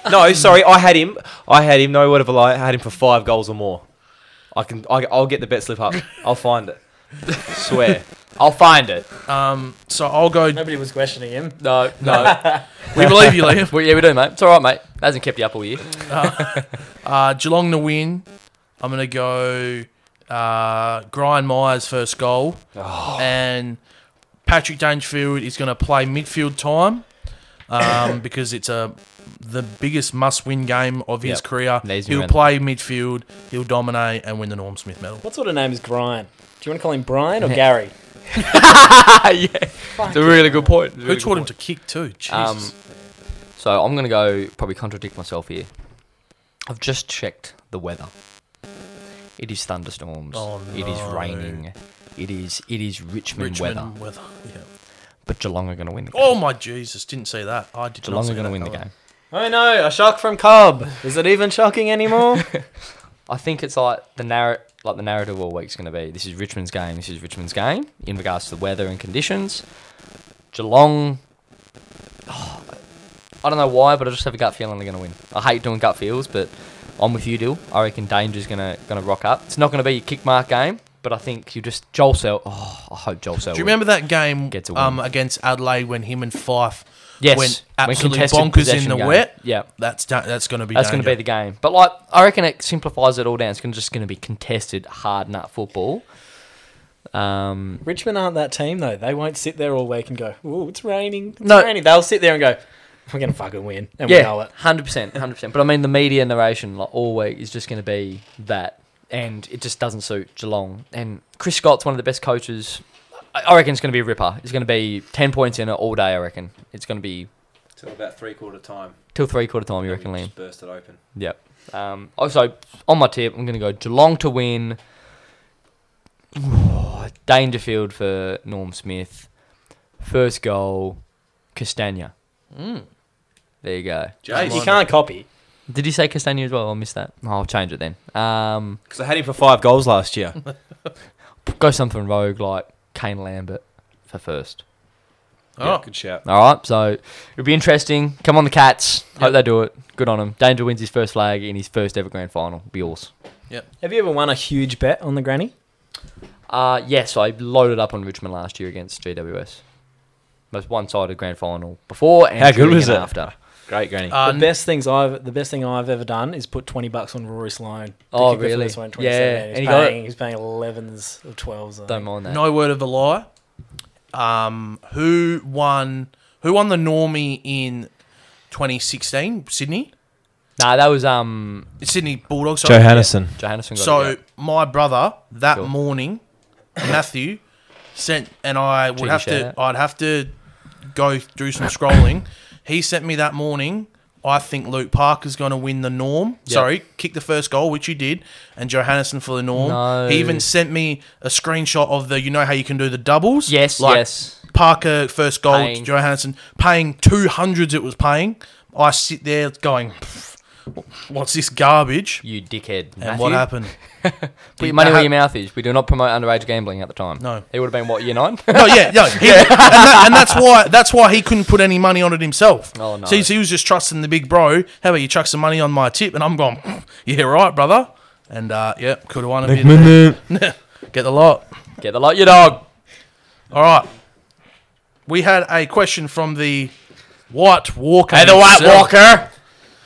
D: no, sorry. I had him. I had him. No word of a lie. I had him for five goals or more. I can. I, I'll get the bet
A: [laughs]
D: slip up. I'll find it. Swear.
B: I'll find it.
A: Um, so I'll go.
C: Nobody was questioning him.
B: No, no.
A: [laughs] We believe you, Liam.
B: well, yeah, we do, mate. It's all right, mate. That hasn't kept you up
A: [laughs]
B: all year.
A: Uh, Geelong to win. I'm gonna go. Uh, Brian Myers first goal,
B: Oh.
A: and Patrick Dangerfield is gonna play midfield time
B: [coughs]
A: um, because it's a the biggest must-win game of his
B: Yep.
A: career.
B: Needs
A: He'll
B: momentum.
A: play midfield. He'll dominate and win the Norm Smith Medal.
C: What sort of name is Brian? Do you want to call him Brian or
B: Yeah.
C: Gary?
B: yeah, it's a really good point.
A: Who taught him to kick too? Jesus.
B: Um, so I'm gonna go probably contradict myself here. I've just checked the weather. It is thunderstorms.
A: Oh,
B: It is
A: no.
B: raining. It is it is Richmond, weather.
A: Richmond weather. Yeah.
B: But Geelong are gonna win the game.
A: Oh my Jesus! Didn't see that. I did not
B: Geelong
A: see
B: are gonna
A: that
B: win the
A: coming.
B: game.
C: Oh no, a shock from Cobb. Is it even shocking anymore?
B: I think it's like the narr- like the narrative all week's going to be. This is Richmond's game. This is Richmond's game in regards to the weather and conditions. Geelong. [sighs] Oh, I don't know why, but I just have a gut feeling they're going to win. I hate doing gut feels, but I'm with you, Dill. I reckon Danger's going to going to rock up. It's not going to be a kick mark game, but I think you just Joel Sell. Oh, I hope Joel Sell.
A: Do you remember that game
B: Gets a win.
A: um, against Adelaide when him and Fife
B: Yes,
A: went
B: when
A: absolutely
B: contested
A: bonkers in
B: possession
A: the
B: game.
A: wet?
B: Yeah.
A: That's da- that's going to be
B: That's going to be the
A: danger.
B: game. But like, I reckon it simplifies it all down. It's gonna, just going to be contested, hard nut football. Um,
C: [laughs] Richmond aren't that team though. They won't sit there all week and go, "Ooh, it's raining." It's
B: No.
C: raining. They'll sit there and go, "We're gonna fucking win," and we know
B: yeah,
C: it.
B: hundred percent, hundred percent. But I mean, the media narration like all week is just going to be that, and it just doesn't suit Geelong. And Chris Scott's one of the best coaches. I- I reckon it's going to be a ripper. It's going to be ten points in it all day. I reckon it's going to be
D: Till about three quarter time.
B: till three quarter time. You reckon, Liam?
D: Burst it open.
B: Yep. Um, also, on my tip, I'm going to go Geelong to win. [sighs] Dangerfield for Norm Smith. First goal, Castagna. There you go.
A: Jeez.
C: Mm. You can't copy.
B: Did you say Castagna as well? I missed that. I'll change it then. Um,
D: Because I had him for five goals last [laughs] year.
B: go something rogue like Kane Lambert for first.
A: Oh.
D: good shout.
B: All right, so it'll be interesting. Come on, the Cats. Hope they do it. Good on them. Danger wins his first flag in his first ever grand final. Be awesome.
C: Have you ever won a huge bet on the granny?
B: Uh, yes, I loaded up on Richmond last year against GWS. Most one-sided grand final before and
D: How good
B: during
D: was
B: and
D: it?
B: after.
D: Great, Granny.
A: Uh,
C: the
A: n-
C: best things I've the best thing I've ever done is put twenty bucks on Rory Sloan. the
B: Oh,
C: kicker for
B: really?
C: this one in 2017.
B: Yeah, and he
C: He's
B: got it.
C: paying, he's paying elevens or twelves. I
B: Don't
C: think.
B: mind that.
A: no word of a lie. Um, who won? Who won the Normie in 2016? Sydney,
B: Nah, that was um
A: Sydney Bulldogs.
D: Joe
A: sorry.
D: Hannison.
B: Johannesson. Got
A: So
B: it, yeah.
A: my brother that
B: Sure.
A: morning, [coughs] Matthew, sent and I would
B: Cheeky
A: have to
B: shout
A: I'd have to go do some scrolling. he sent me that morning. I think Luke Parker's going to win the norm.
B: Yep.
A: Sorry, kick the first goal, which he did, and Johannesson for the norm.
B: No.
A: He even sent me a screenshot of the you know how you can do the doubles.
B: yes,
A: like
B: yes.
A: Parker first goal,
B: Paying.
A: Johannesson paying two hundreds. It was paying. I sit there going, "Pff, what's this garbage?
B: You dickhead.
A: And what
B: [laughs]
A: happened?
B: Put your money
A: that
B: where
A: hap-
B: your mouth is. We do not promote underage gambling at the time.
A: No.
B: It would have been what year
A: [laughs]
B: nine.
A: No, Oh, yeah, no,
B: [laughs]
A: he, and, that, and that's why that's why he couldn't put any money on it himself.
B: Oh, no.
A: See, so he was just trusting the big bro. How about you chuck some money on my tip? And I'm going, [laughs] yeah, right, brother. And uh, yeah, could have won a bit. Get the lot.
B: Get the lot, you dog.
A: All right, we had a question from the White Walker.
B: Hey, the White
A: himself,
B: Walker.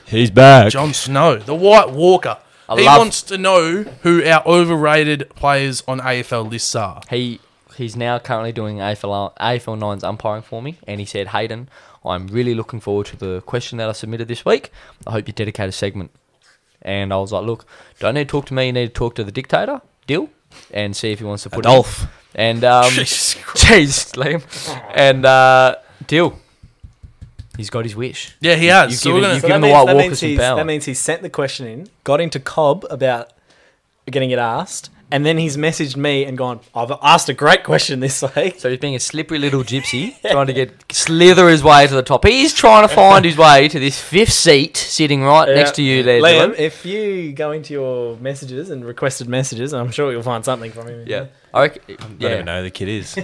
D: He's back.
A: Jon Snow, the White Walker.
B: I
A: he
B: love-
A: wants to know who our overrated players on AFL lists are.
B: He he's now currently doing AFL AFL nines umpiring for me, and he said, Hayden, I'm really looking forward to the question that I submitted this week. I hope you dedicate a segment. And I was like, look, don't need to talk to me. You need to talk to the dictator, Dill, and see if he wants to put it in."
D: Adolf.
B: And
A: [laughs]
B: um,
A: Jesus Christ.
B: jeez, Liam, and uh, Dill, he's got his wish.
A: Yeah, he has.
B: You've
A: so
B: given-
A: we're gonna,
B: you've Give him the White Walker some
C: he's,
B: power.
C: that means he sent the question in, got into Cobb about getting it asked,
E: And then he's messaged me and gone, I've asked a great question this week.
B: So he's being a slippery little
A: [laughs]
B: gypsy, trying to get slither his way to the top. He's trying to find his way to this fifth seat, sitting right next to you there,
E: Liam,
B: Dylan.
E: if you go into your messages and requested messages, I'm sure you'll find something from him.
B: Yeah. I reckon,
D: Don't even
B: yeah.
D: know who the kid is.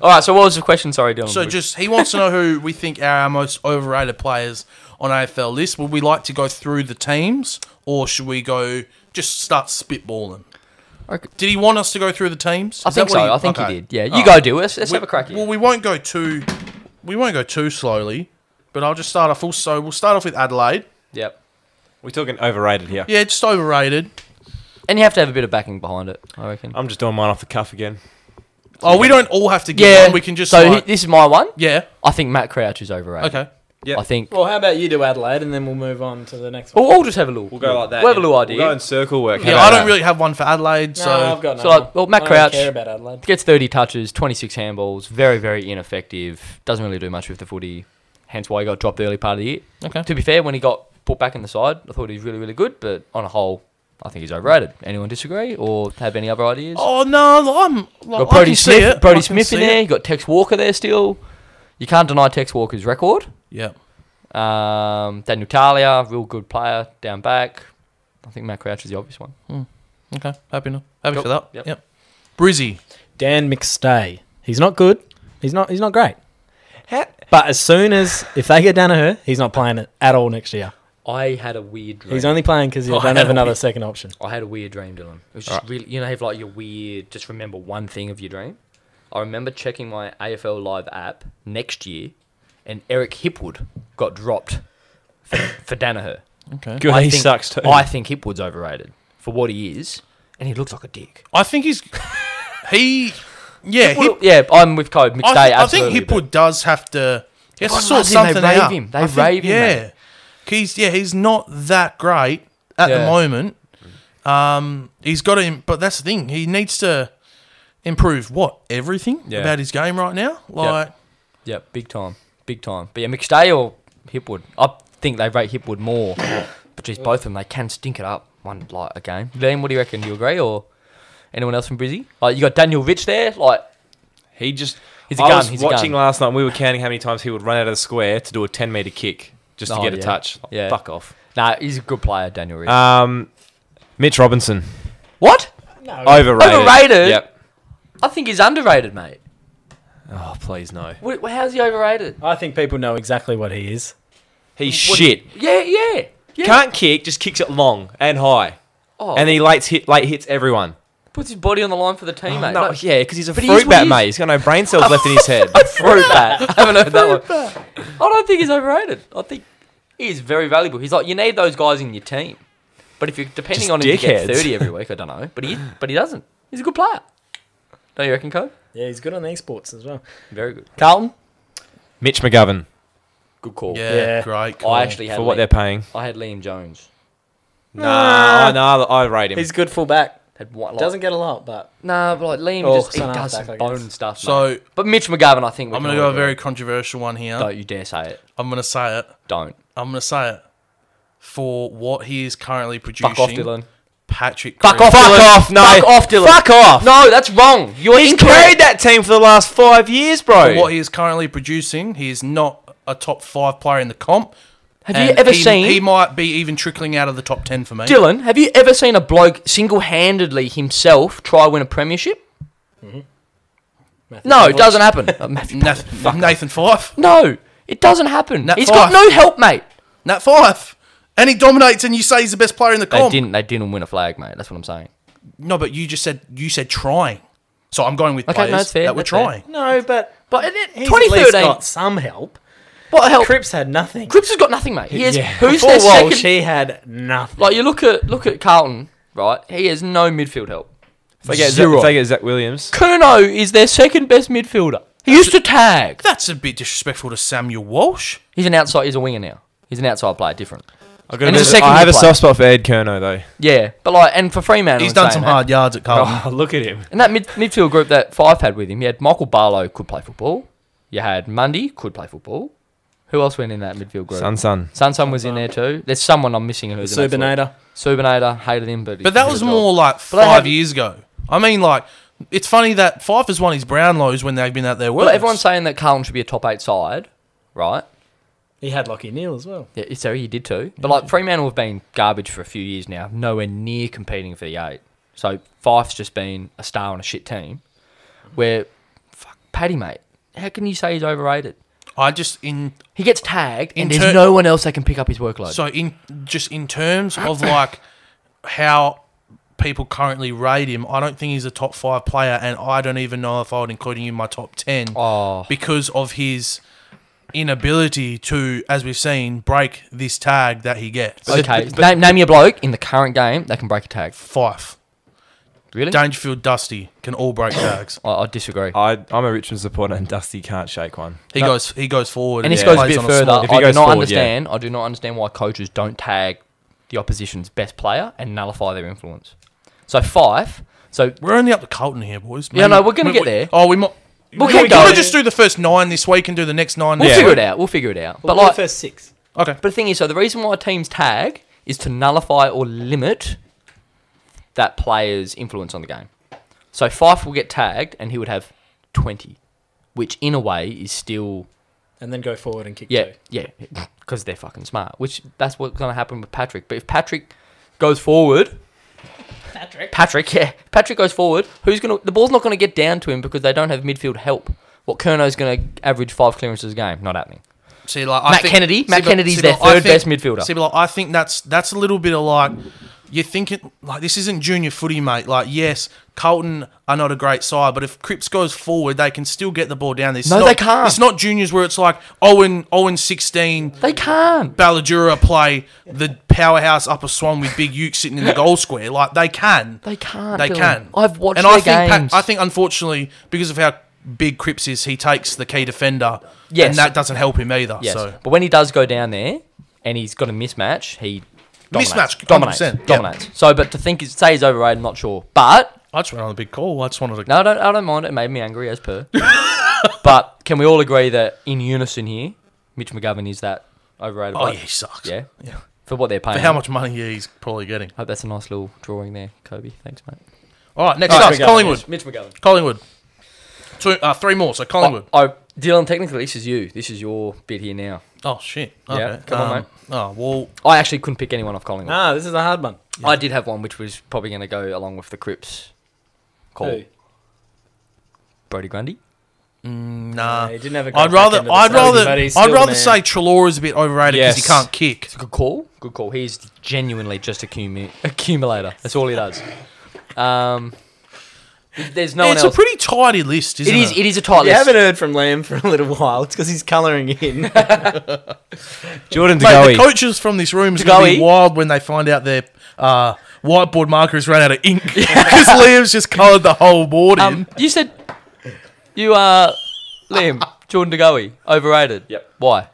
B: All right. So what was the question? Sorry, Dylan.
A: So just he wants to know who we think are our most overrated players on AFL list. Would we like to go through the teams, or should we go just start spitballing?
B: Okay.
A: Did he want us to go through the teams?
B: I
A: Is that
B: think
A: what
B: so. I think
A: okay.
B: he did. Yeah. You
A: All
B: go
A: right.
B: do it. Let's, let's
A: We-
B: have a crack. Here.
A: Well, we won't go too, we won't go too slowly, but I'll just start off. Also, we'll start off with Adelaide.
B: yep.
D: [laughs] We're talking overrated here.
A: Yeah, just overrated.
B: And you have to have a bit of backing behind it. I reckon.
A: Um,
D: I'm just doing mine off the cuff again.
A: Oh, we don't all have to get
B: yeah.
A: one. We can just
B: So
A: like-
B: he- this is my one.
A: yeah.
B: I think Matt Crouch is overrated.
A: Okay.
D: Yep.
B: I think.
E: Well, how about you do Adelaide and then we'll move on to the next one?
B: Well, we'll just have a little.
D: We'll go like that.
B: We'll have a little
D: We'll
B: idea.
D: go in circle work. How
A: Yeah,
D: about
A: I don't
D: that?
A: really have one for Adelaide,
E: no,
A: so
E: I've got no.
B: so, like, well, Matt
E: I don't
B: Crouch-
E: care about Adelaide.
B: Gets 30 touches, 26 handballs, very, very ineffective. Doesn't really do much with the footy, hence why he got dropped the early part of the year.
A: Okay.
B: To be fair, when he got put back in the side, I thought he was really, really good, but on a whole, I think he's overrated. Anyone disagree or have any other ideas?
A: Oh no, I'm. Like,
B: got
A: I
B: Brody
A: can see
B: Smith,
A: it. I
B: Brody
A: can
B: Smith in
A: see it.
B: there. You got Tex Walker there still. You can't deny Tex Walker's record.
A: Yeah.
B: Um, Daniel Talia, real good player down back. I think Matt Crouch is the obvious one.
A: Okay. Happy enough. Happy
B: Cool.
A: for that.
B: Yep.
A: Yep. Brizzy.
E: Dan McStay. He's not good. He's not. He's not great.
D: Ha-
E: But as soon as if they get Danaher, he's not playing it at all next year.
B: I had a weird dream.
E: He's only playing because he
A: Oh,
E: don't
A: I
E: have
A: know.
E: another second option.
B: I had a weird dream, Dylan. It was just really, you know, have like your weird, just remember one thing of your dream. I remember checking my AFL Live app next year, and Eric Hipwood got dropped for, for Danaher.
A: Okay.
D: Good,
B: I
D: he
B: think,
D: sucks too.
B: I think Hipwood's overrated for what he is, and he looks like a dick.
A: I think he's. he. Yeah. Hip,
B: Well, yeah, I'm with Code McStay.
A: I, thi- I think
B: absolutely, but-
A: Hipwood does have to. He has to
B: Everyone
A: sort
B: loves him. They
A: something
B: rave
A: out.
B: him. They
A: I think-
B: rave him,
A: Yeah.
B: mate.
A: He's yeah. He's not that great at the
B: Yeah.
A: moment. Um, he's got him, but that's the thing. He needs to improve what everything
D: Yeah.
A: about his game right now. Like
B: Yeah, big time, big time. But yeah, McStay or Hipwood, I think they rate Hipwood more. [coughs] but geez, both of them they can stink it up one like a game. Liam, what do you reckon? Do you agree or anyone else from Brizzy? Like you got Daniel Rich there, like
D: He just.
B: He's a
D: I
B: gun,
D: was
B: he's a
D: watching
B: gun.
D: last night. and We were counting how many times he would run out of the square to do a ten meter kick just to
B: Oh,
D: get
B: yeah.
D: a touch. Like,
B: Yeah.
D: Fuck off.
B: nah, he's a good player, Daniel Rich.
D: Um, Mitch Robinson,
B: what?
D: overrated.
B: Overrated?
D: Yep.
B: I think he's underrated, mate.
D: Oh please no.
B: Wh- wh- How's he overrated?
E: I think people know exactly what he is.
D: He's
B: What-
D: shit.
B: Yeah, yeah, yeah.
D: Can't kick. Just kicks it long and high,
B: oh,
D: and he late hit late hits everyone.
B: puts his body on the line for the team, mate.
D: Oh, no,
B: Like,
D: yeah, [laughs] because he's a
B: But he is
D: fruit
B: what
D: bat,
B: he is.
D: mate. He's got no brain cells left in his head.
B: fruit [laughs] bat. I haven't heard that one. I don't think he's overrated. I think he is very valuable. He's like you need those guys in your team, but if you're depending
D: Just
B: on him to get
D: dickheads.
B: thirty every week, I don't know. But he but he doesn't. He's a good player. Don't you reckon, Code?
E: Yeah, he's good on the exports as well.
B: Very good.
E: Carlton.
D: Mitch McGovern
B: Good call.
A: yeah,
E: Yeah.
A: great. call.
B: I actually had
D: for what they're
B: Liam,
D: paying.
B: I had Liam Jones.
D: Nah, nah, I rate him.
E: He's good fullback.
B: Had one, like,
E: Doesn't get a lot, but
B: Nah, but like Liam
E: Oh,
B: just he
E: centre
B: does
E: half
B: some
E: back, I guess.
B: bone stuff. mate.
A: so
B: but Mitch McGovern, I think we
A: I'm
B: can
A: gonna go
B: all
A: a
B: agree.
A: very controversial one here.
B: Don't you dare say it.
A: I'm gonna say it.
B: Don't
A: I'm gonna say it. For what he is currently producing,
B: fuck off, Dylan.
A: Patrick.
B: Fuck
A: Crewe.
B: off,
D: Fuck
B: Dylan.
D: off, no.
B: Fuck off, Dylan.
D: Fuck off.
B: No, that's wrong. You're
D: He's
B: incorrect.
D: carried that team for the last five years,
A: For
D: bro.
A: what he is currently producing, he is not a top five player in the comp.
B: Have you
A: And
B: ever
A: he,
B: seen
A: He might be even trickling out of the top ten for me.
B: Dylan, have you ever seen a bloke single-handedly himself try win a premiership? No, it doesn't happen. Uh, Mm-hmm. [laughs] Matthew Paul.
A: Nathan, Nathan Fife.
B: no, it doesn't happen.
A: Nat
B: He's got
A: Fife.
B: no help, mate.
A: Nat Fife. And he dominates, and you say he's the best player in the
B: They
A: comp.
B: didn't. They didn't win a flag, mate. That's what I'm saying.
A: No, but you just said you said trying. So I'm going with
B: Okay, no,
A: players
B: that's fair,
A: that were
B: that's fair.
A: trying.
E: No, but
B: But it- it-
E: he's 2013 at least
B: 2013.
E: got some help.
B: What help?
E: Cripps had nothing.
B: Cripps has got nothing, mate. He has,
E: Yeah.
B: [laughs] Who's
E: Before
B: their
E: Walsh,
B: second?
E: he had nothing. [laughs]
B: Like you look at look at Carlton, right? He has no midfield help.
D: If they get Zach,
B: Zero.
D: if they get Zach Williams.
B: Kuno is their second best midfielder. He used to tag.
A: That's a bit disrespectful to Samuel Walsh.
B: He's an outside. He's a winger now. He's an outside player, different.
D: I,
B: And he's a second
D: I have a
B: player.
D: soft spot for Ed Kerno though.
B: Yeah, but like, and for Fremantle,
A: He's
B: I'm
A: done
B: saying
A: some
B: that.
A: hard yards at
B: [laughs]
A: Carlton.
E: Oh,
D: look at him.
B: And that mid- midfield group that Fife had with him, you had Michael Barlow could play football. You had Mundy could play football. Who else went in that midfield group?
D: Sun Sun.
B: Sun Sun was in there too. There's someone I'm missing who's an absolute-
C: Subinator.
B: Subinator hated him, but
A: But that was more like
B: But they
A: five
B: have-
A: years ago. I mean, like, it's funny that Pfeiffer's won his Brownlows when they've been at their worst.
B: Well, everyone's saying that Carlton should be a top eight side, right?
E: He had Lockie Neal as well.
B: Yeah, so he did too. But like Fremantle have been garbage for a few years now, nowhere near competing for the eight. So Fife's just been a star on a shit team. Where, fuck, Paddy mate, how can you say he's overrated?
A: I just in
B: He gets tagged, and
A: In
B: there's
A: ter-
B: no one else that can pick up his workload.
A: so in just in terms
B: [coughs]
A: of like how people currently rate him. I don't think he's a top five player, and I don't even know if I would include him in my top ten
B: oh,
A: because of his inability to, as we've seen, break this tag that he gets.
B: okay. name, name me a bloke in the current game that can break a tag.
A: Fife,
B: Really?
A: Dangerfield, Dusty can all
B: [coughs]
A: break tags.
B: I, I disagree.
A: Oh,
D: I, I'm a Richmond supporter, and Dusty can't shake one.
A: He
B: No.
A: goes he goes forward
B: and this
A: he
B: goes a
A: plays
B: bit
A: on
B: further.
A: small-
D: If he
B: I do
D: goes
B: not
D: forward,
B: understand. I do not understand why coaches don't tag the opposition's best player and nullify their influence. So Fife. So
A: We're only up to Colton here, boys.
B: Yeah, no, we're gonna get there.
A: Oh, we might.
B: We'll
A: we
B: keep
A: we gotta
B: going.
A: just do the first nine this week and do the next nine.
B: we'll
A: next
B: figure
A: week.
B: it out. We'll figure it out. But
C: But like
B: like,
C: the first six.
A: Okay.
B: but the thing is, so the reason why teams tag is to nullify or limit that player's influence on the game. So Fife will get tagged, and he would have twenty, which in a way is still
E: And then go forward and kick
B: Yeah, yeah, [laughs] because they're fucking smart. Which that's what's gonna happen with Patrick. But if Patrick goes forward, Patrick, Patrick, yeah, Patrick goes forward. Who's gonna? The ball's not gonna get down to him because they don't have midfield help. What Kerno's gonna average five clearances a game? Not happening.
A: See, like I
B: Matt
A: think,
B: Kennedy- Matt
A: but-
B: Kennedy's
A: but
B: their
A: I
B: third
A: think-
B: best midfielder.
A: See, but like, I think that's that's a little bit of like you're thinking like this isn't junior footy, mate. Like yes, Colton are not a great side, but if Cripps goes forward, they can still get the ball down. This is
B: No,
A: not,
B: they can't.
A: It's not juniors where it's like oh Owen Owen sixteen.
B: They can't.
A: Balladura play the powerhouse upper Swan with Big Uke sitting in the goal square. Like they can,
B: They can't,
A: they
B: Dylan.
A: can.
B: I've watched
A: and
B: their
A: I think
B: games.
A: I think unfortunately because of how big Cripps is, he takes the key defender.
B: Yes.
A: and that doesn't help him either.
B: Yes,
A: So
B: but when he does go down there and he's got a mismatch, he dominates.
A: Mismatch,
B: dominates,
A: 100%, yeah.
B: dominates. So, but to think is say he's overrated, I'm not sure. But
A: I just went on a big call. I just wanted to.
B: No, I don't, I don't mind. It made me angry,
A: [laughs]
B: as per. but can we all agree that in unison here, Mitch McGovern is that overrated?
A: Oh
B: bloke?
A: yeah, he sucks.
B: yeah, For what they're paying.
A: For how much money he's probably getting.
B: I hope that's a nice little drawing there, Kobe. Thanks, mate.
A: All right, next
B: All
A: up,
B: right,
A: is Collingwood.
B: Mitch McGovern.
A: Collingwood. Two, uh, three more. So Collingwood.
B: Oh, oh, Dylan. Technically, this is you. This is your bit here now.
A: Oh, shit.
B: Yeah,
A: Okay.
B: come on,
A: um, Oh well.
B: I actually couldn't pick anyone off Collingwood.
E: Ah, this is a hard one.
B: I did have one, which was probably going to go along with the Crips call.
C: Who?
B: Brody Grundy.
A: Nah.
B: Uh,
C: Yeah, he didn't have a great
A: I'd
C: back
A: rather.
C: end of the
A: I'd
C: season,
A: rather.
C: but he's
A: I'd
C: still the
A: rather
C: man.
A: say Trelaw is a bit overrated because
D: Yes.
A: he can't kick.
B: It's a good call. Good call. He's genuinely just accumu- [laughs] accumulator. That's all he does. Um, there's no
A: it's
B: one else.
A: a pretty tidy list, isn't
B: it
A: it?
B: is. It is a tight
C: You
B: list.
C: haven't heard from Lamb for a little while. It's because he's colouring in.
D: Jordan
A: Mate, the
D: Degoe.
A: coaches from this room is going to be
B: Degoe.
A: wild when they find out their uh, whiteboard marker has run out of ink [laughs] because Liam's just coloured the whole board in.
B: Um, you said you are Liam Jordan Degoe overrated.
D: Yep.
B: Why?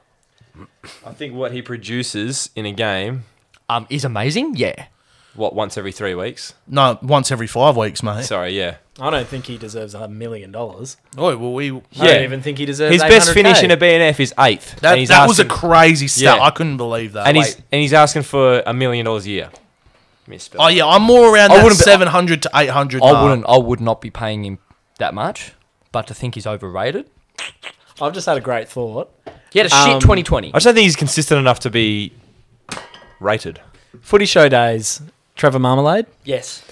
D: I think what he produces in a game,
B: Um, he's amazing. Yeah.
D: what, once every three weeks?
A: no, once every five weeks, mate.
D: Sorry, yeah.
E: [laughs] I don't think he deserves a million dollars.
A: Oh well, we
D: Yeah.
E: I don't even think he deserves
D: His best
E: 800K.
D: finish in a BNF is eighth.
A: That,
D: and he's
A: that was a
D: asking-
A: crazy stat.
D: Yeah.
A: I couldn't believe that.
D: and
A: Like,
D: he's and he's asking for a million dollars a year.
A: oh yeah, I'm more around
B: I
A: that
B: wouldn't be-
A: 700 to 800.
B: I
A: mark.
B: wouldn't. I would not be paying him that much. But to think he's overrated.
E: I've just had a great thought.
B: He had a
E: Um,
B: shit 2020.
D: I just don't think he's consistent enough to be rated.
E: Footy show days. Trevor Marmalade,
B: yes.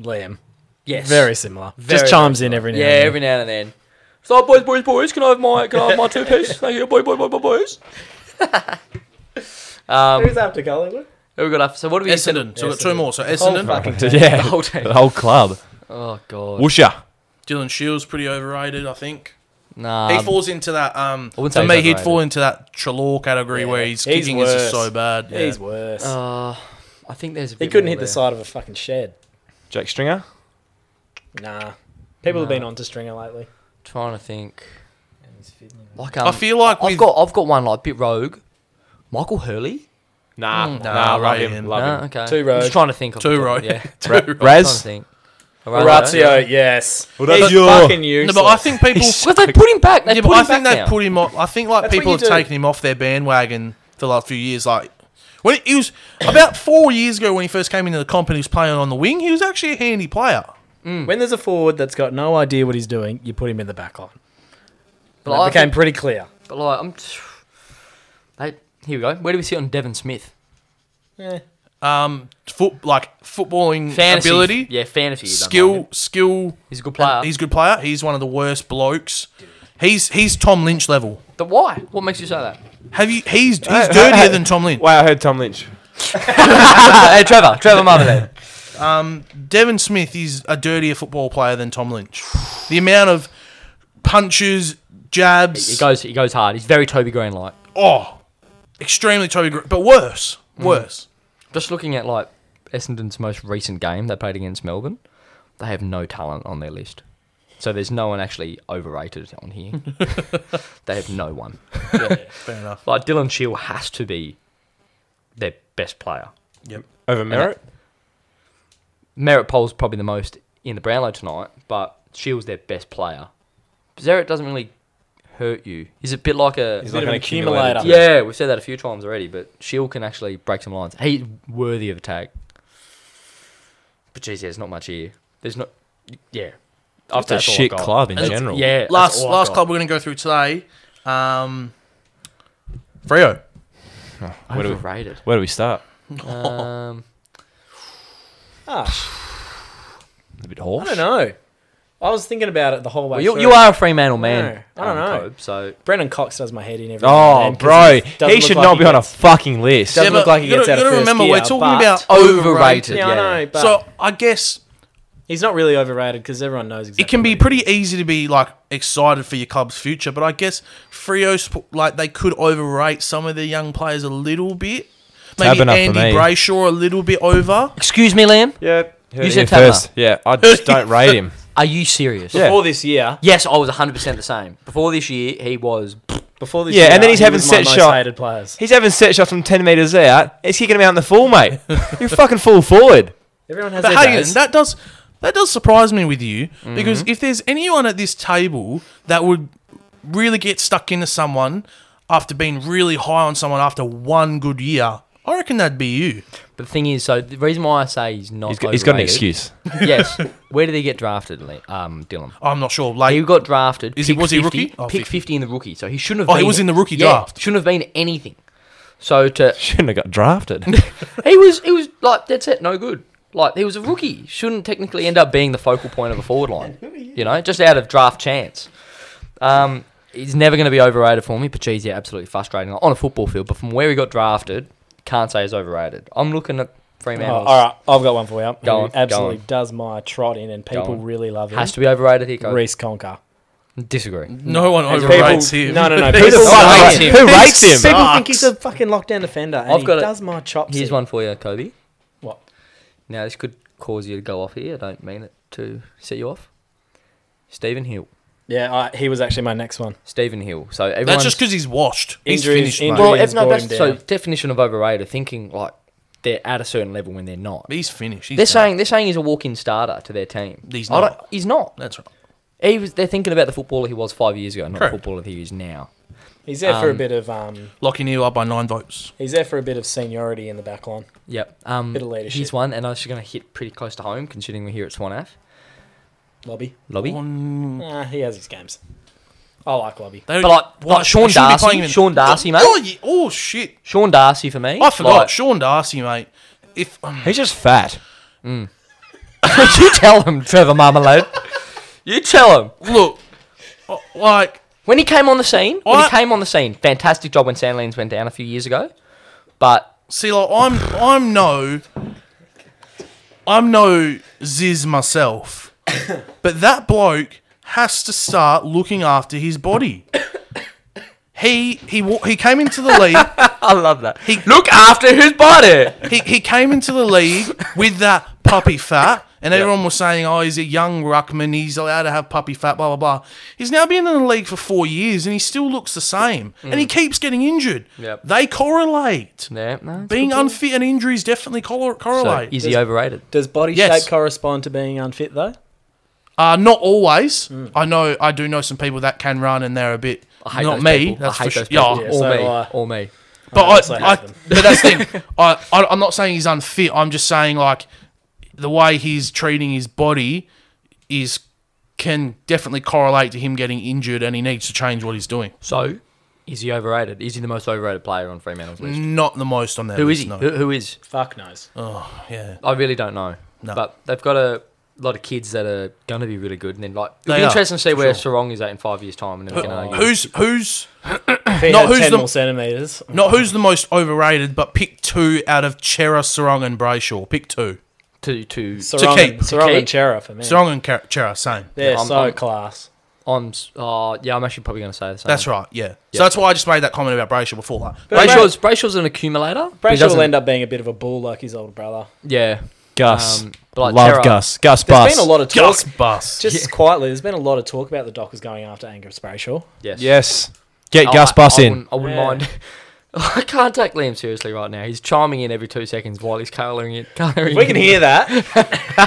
E: Liam.
B: Yes.
E: Very similar.
B: Very,
E: just chimes in every now.
B: Yeah.
E: and then.
B: Every now and then. So boys, boys, boys, can I have my can I have my two piece? Thank you, boy, boy, boy,
C: [laughs]
B: boy, boys. um,
C: Who's after Collingwood?
B: who we got after? So what do we said?
A: Essendon. So we've got two
E: Essendon.
A: more. So Essendon,
D: [laughs] yeah,
B: whole team.
D: the whole club.
B: Oh god.
D: Woosha.
A: Dylan Shields, pretty overrated, I think.
B: Nah.
A: He falls into that. Um,
B: I wouldn't
A: for
B: say
A: me,
B: he's
A: he'd fall
B: overrated.
A: into that Trelaw category
E: Yeah,
A: where his
E: he's
A: kicking is just
E: worse.
A: so bad. Yeah.
E: He's worse.
B: Uh, I think there's. A
C: He
B: bit
C: couldn't
B: more
C: hit the
B: there.
C: side of a fucking shed.
D: Jake Stringer.
E: nah. People have
B: Nah.
E: been onto Stringer lately.
B: Trying to think. Like um,
A: I feel like
B: I've
A: with-
B: got I've got one like bit rogue. Michael Hurley.
D: Nah,
A: nah,
D: nah,
A: rate
B: Mm.
D: love him.
A: him.
D: Love
B: no,
D: him.
B: okay.
D: [laughs]
C: Two
B: I'm
C: rogue.
B: just trying to think.
A: [laughs]
B: Of [laughs]
A: Two right.
B: Yeah.
A: Two
D: Ra-
A: right.
B: Trying to
D: Raz.
B: think.
C: Orazio, yes.
D: that's
F: He's
D: your-
F: fucking useless.
A: No, but I think people.
B: Well, they put him back. They
A: yeah,
B: put
A: but
B: him
A: I think
B: back
A: they've
B: now.
A: put him off. I think like
C: That's what
A: people
C: you
A: have
C: do.
A: taken him off their bandwagon for the last few years. Like when he was about four years ago when he first came into the comp and he was playing on the wing, he was actually a handy player.
E: When there's a forward that's got no idea what he's doing, you put him in the back line.
B: But I
C: That became
B: think-
C: pretty clear.
B: but like, I'm. [sighs] They- here we go. Where do we sit on Devin Smith?
A: Um, foot like footballing
B: Fantasy.
A: ability,
B: Yeah, fantasy. you don't mind
A: skill,
B: him.
A: skill.
B: He's a good player.
A: He's a good player. He's one of the worst blokes. He's he's Tom Lynch level.
B: But why? What makes you say that?
A: Have you? He's he's dirtier than Tom Lynch.
D: Wait, I heard Tom Lynch.
B: hey, Trevor. Trevor Marmalade.
A: Devin Smith is a dirtier football player than Tom Lynch. The amount of punches, jabs,
B: [laughs] he goes. He goes hard. He's very Toby Green like.
A: oh, extremely Toby Gr- but worse,
C: Mm.
A: worse.
B: Just looking at like Essendon's most recent game they played against Melbourne, they have no talent on their list. So there's no one actually overrated on here. they have no one.
A: Fair enough.
B: Like Dylan Shield has to be their best player.
D: Over Merritt?
B: Merritt Pole's probably the most in the Brownlow tonight, but Shield's their best player. Zerrett doesn't really hurt you. He's a bit like a
D: He's
C: Bit
D: like
C: of
D: an
C: an accumulator.
D: accumulator.
B: yeah. We've said that a few times already, but Shield can actually break some lines. He's worthy of a tag. But geez, there's not much here. There's not. Yeah.
D: It's a
B: that's all I've
D: shit
B: got.
D: club in
A: And it's-
D: general.
B: Yeah. that's
A: Last
B: all I've
A: last
B: got.
A: club we're going to go through today, um, Freo.
D: Where do we-
B: Overrated.
D: Where do we start?
B: um,
C: Ah,
D: A bit
C: I
D: hoarse.
C: don't know. I was thinking about it the whole way
B: well, you,
C: through.
B: you are a Fremantle man.
C: No, I don't
B: um,
C: know.
B: Cope, so
C: Brendan Cox does my head in every now
D: Oh,
C: and then 'cause
D: bro,
C: doesn't
D: he
C: look
D: should
C: like
D: not be on a
C: gets-
D: fucking list.
C: Doesn't look
A: but
C: like he
A: you
C: gets
A: gotta-
C: out of
A: you gotta
C: first
A: remember we're
C: gear,
A: talking
C: but-
A: about overrated.
B: Overrated.
C: Yeah, I
B: Yeah.
C: know, but
A: So I guess
C: he's not really overrated because everyone knows exactly.
A: it can
C: what
A: be
C: he is.
A: pretty easy to be like excited for your club's future, but I guess Frio sp- like they could overrate some of their young players a little bit. Maybe
D: Tabbing up
A: Andy
D: for me.
A: Brayshaw a little bit over.
B: excuse me, Liam.
D: Yeah,
B: You said Tama.
D: first. Yeah, I [laughs] just don't rate him.
B: Are you serious?
D: Yeah.
C: Before this year,
B: Yes, I was 100% the same. Before this year, he was.
C: before this
D: Yeah,
C: year,
D: and then he's
C: he
D: having
C: was my
D: set
C: most
D: shot.
C: hated players.
D: He's having set shots from ten meters out. He's kicking him out in the full, [laughs] mate. You're a fucking full forward.
C: Everyone has
A: But
C: their
A: hey,
C: days.
A: that does that does surprise me with you
C: Mm-hmm.
A: because if there's anyone at this table that would really get stuck into someone after being really high on someone after one good year, I reckon that'd be you.
B: But the thing is, so the reason why I say he's not.
D: He's got, he's got an
B: overrated-
D: excuse.
B: [laughs] yes. Where did he get drafted, Li- um, Dylan?
A: I'm not sure.
B: He
A: Like,
B: got drafted.
A: Is he-
B: pick
A: was he
B: 50,
A: rookie? Oh,
B: pick
A: 50.
B: 50 in the rookie, so he shouldn't have
A: Oh,
B: been.
A: he was in the rookie
B: yeah,
A: draft.
B: Shouldn't have been anything. So to
D: Shouldn't have got drafted.
B: he was he was like that's it, no good. Like he was a rookie, shouldn't technically end up being the focal point of a forward line. You know, just out of draft chance. Um, he's never going to be overrated for me, but geez, yeah, absolutely frustrating on a football field. But from where he got drafted, can't say he's overrated. I'm looking at
C: Oh,
B: Fremantle.
C: all right, I've got one for you.
B: Go
C: Who
B: on, go
C: absolutely
B: on.
C: does my trot in, and people
B: on.
C: really love him.
B: Has to be overrated. He goes.
C: Reese Conker.
B: Disagree.
C: Mm-hmm.
A: no one
C: As
A: overrates
C: people-
A: him.
C: No,
A: [laughs]
C: no, no.
A: He's
C: People-
A: a-
D: Who
B: rates
D: rates
B: him?
D: him?
C: People think he's a fucking lockdown defender, and
B: I've
C: he
B: got it.
C: does my chops.
B: Here's
C: in.
B: one for you, Kobe.
C: What?
B: Now this could cause you to go off here. I don't mean it to set you off. Stephen Hill.
C: Yeah, I, he was actually my next one.
B: Stephen Hill. So everyone's
A: That's just because he's washed. He's
C: Injuries-
A: finished, mate.
C: injuries.
B: Well,
C: Williams
B: if no,
C: brought
B: that's
C: him
B: so
C: down.
B: definition of overrated. Thinking like they're at a certain level when they're not.
A: He's finished. He's
B: They're
A: done.
B: saying they're saying he's a walk-in starter to their team.
A: He's not.
B: I don't- He's not.
A: that's right.
B: He was. They're thinking about the footballer he was five years ago, not
A: Correct.
B: the footballer he is now.
C: He's there for a
B: Um,
C: bit of um,
A: Locking you up by nine votes.
C: he's there for a bit of seniority in the back line.
B: Yep. Um,
C: Bit of leadership.
B: He's one, and I was going to hit pretty close to home, considering we're here at Swan F
C: Lobby,
B: lobby. Mm.
A: On-
C: nah, he has his games. I like Lobby.
A: they-
B: But like,
A: what,
B: like Sean
A: you shouldn't be playing
B: Darcy,
A: him in-
B: Sean Darcy, mate.
A: Oh, yeah. oh shit!
B: Sean Darcy for me.
A: I forgot
B: Like,
A: Sean Darcy, mate. If um,
D: He's just fat.
B: [laughs] you tell him, Trevor Marmalade.
A: [laughs]
B: you tell him.
A: look, uh, like
B: When he came on the scene, when
A: I-
B: he came on the scene, fantastic job when Sandlands went down a few years ago. But
A: See, like I'm, I'm no, I'm no ziz myself, but that bloke has to start looking after his body. He he wa- he came into the league.
B: I love that. He, Look after his body.
A: He, he came into the league with that puppy fat, And everyone was saying, oh, he's a young ruckman. He's allowed to have puppy fat, blah, blah, blah. He's now been in the league for four years and he still looks the same. And he keeps getting injured.
B: Mm. Yep.
A: They correlate.
B: Yeah, no, it's
A: Being
B: good point.
A: unfit and injuries definitely cor-
B: So,
A: correlate.
B: is he overrated?
E: Does body
A: Yes.
E: shape correspond to being unfit though?
A: Uh, not always. I know. I do know some people that can run, and they're a bit.
B: Mm. I hate
A: not
B: those
A: me.
B: people.
A: That's
B: I hate
A: for
B: those
A: sure.
B: people.
A: Yeah.
E: Yeah,
B: or,
E: so
B: me.
E: do I.
B: or me.
E: I
A: But
E: also
A: I,
E: hate
A: I,
E: them.
A: but that's the
B: [laughs]
A: thing. I, I, I'm not saying he's unfit. I'm just saying like the way he's treating his body is can definitely correlate to him getting injured, and he needs to change what he's doing.
B: So, is he overrated? Is he the most overrated player on Fremantle's list?
A: Not the most on that.
B: Who
A: list,
B: is he?
A: No. Oh,
B: Who, who is?
E: Fuck knows.
A: Uh, Yeah.
B: I really don't know.
A: No.
B: But they've got a lot of kids that are going to be really good. And then, like, it'll
A: They
B: be
A: are,
B: interesting to see
A: for
B: where
A: sure.
B: Sarong is at in five years' time. And then we can argue.
A: Oh. Who's who's
E: If he
A: Not
E: had
A: who's
E: ten
A: the-
E: more centimeters.
A: not who's the most overrated, but pick two out of Chera, Sarong, and Brayshaw. Pick two.
B: to, to,
E: Sarong,
A: keep.
E: and, Sarong
B: To
E: and Chera for me.
A: Sarong and Ker- Chera, same.
E: They're
B: I'm-
E: so
B: I'm-
E: class.
B: I'm, s- uh, yeah, I'm actually probably going to say the same.
A: That's right. Yeah.
B: Yeah.
A: So that's why I just made that comment about Brayshaw before. Like,
E: But
B: Brayshaw's, Brayshaw's an accumulator. but he
E: Brayshaw
B: doesn't-
E: will end up being a bit of a bull like his older brother.
B: Yeah.
D: Gus.
B: Um, but like
D: Love
B: Terra-
D: Gus. Gus
E: There's
D: Bus.
E: been a lot of talk.
A: Gus Bus.
E: Just quietly, there's been a lot of talk about the Dockers going after Angus Brayshaw.
B: Yes. Oh,
D: Yes. Get
B: I-
D: Gus Bus
B: I
D: in.
B: wouldn't, I wouldn't
E: Yeah.
B: mind. [laughs] I can't take Liam seriously right now. He's chiming in every two seconds while he's coloring it. Coloring [laughs]
E: We can hear that.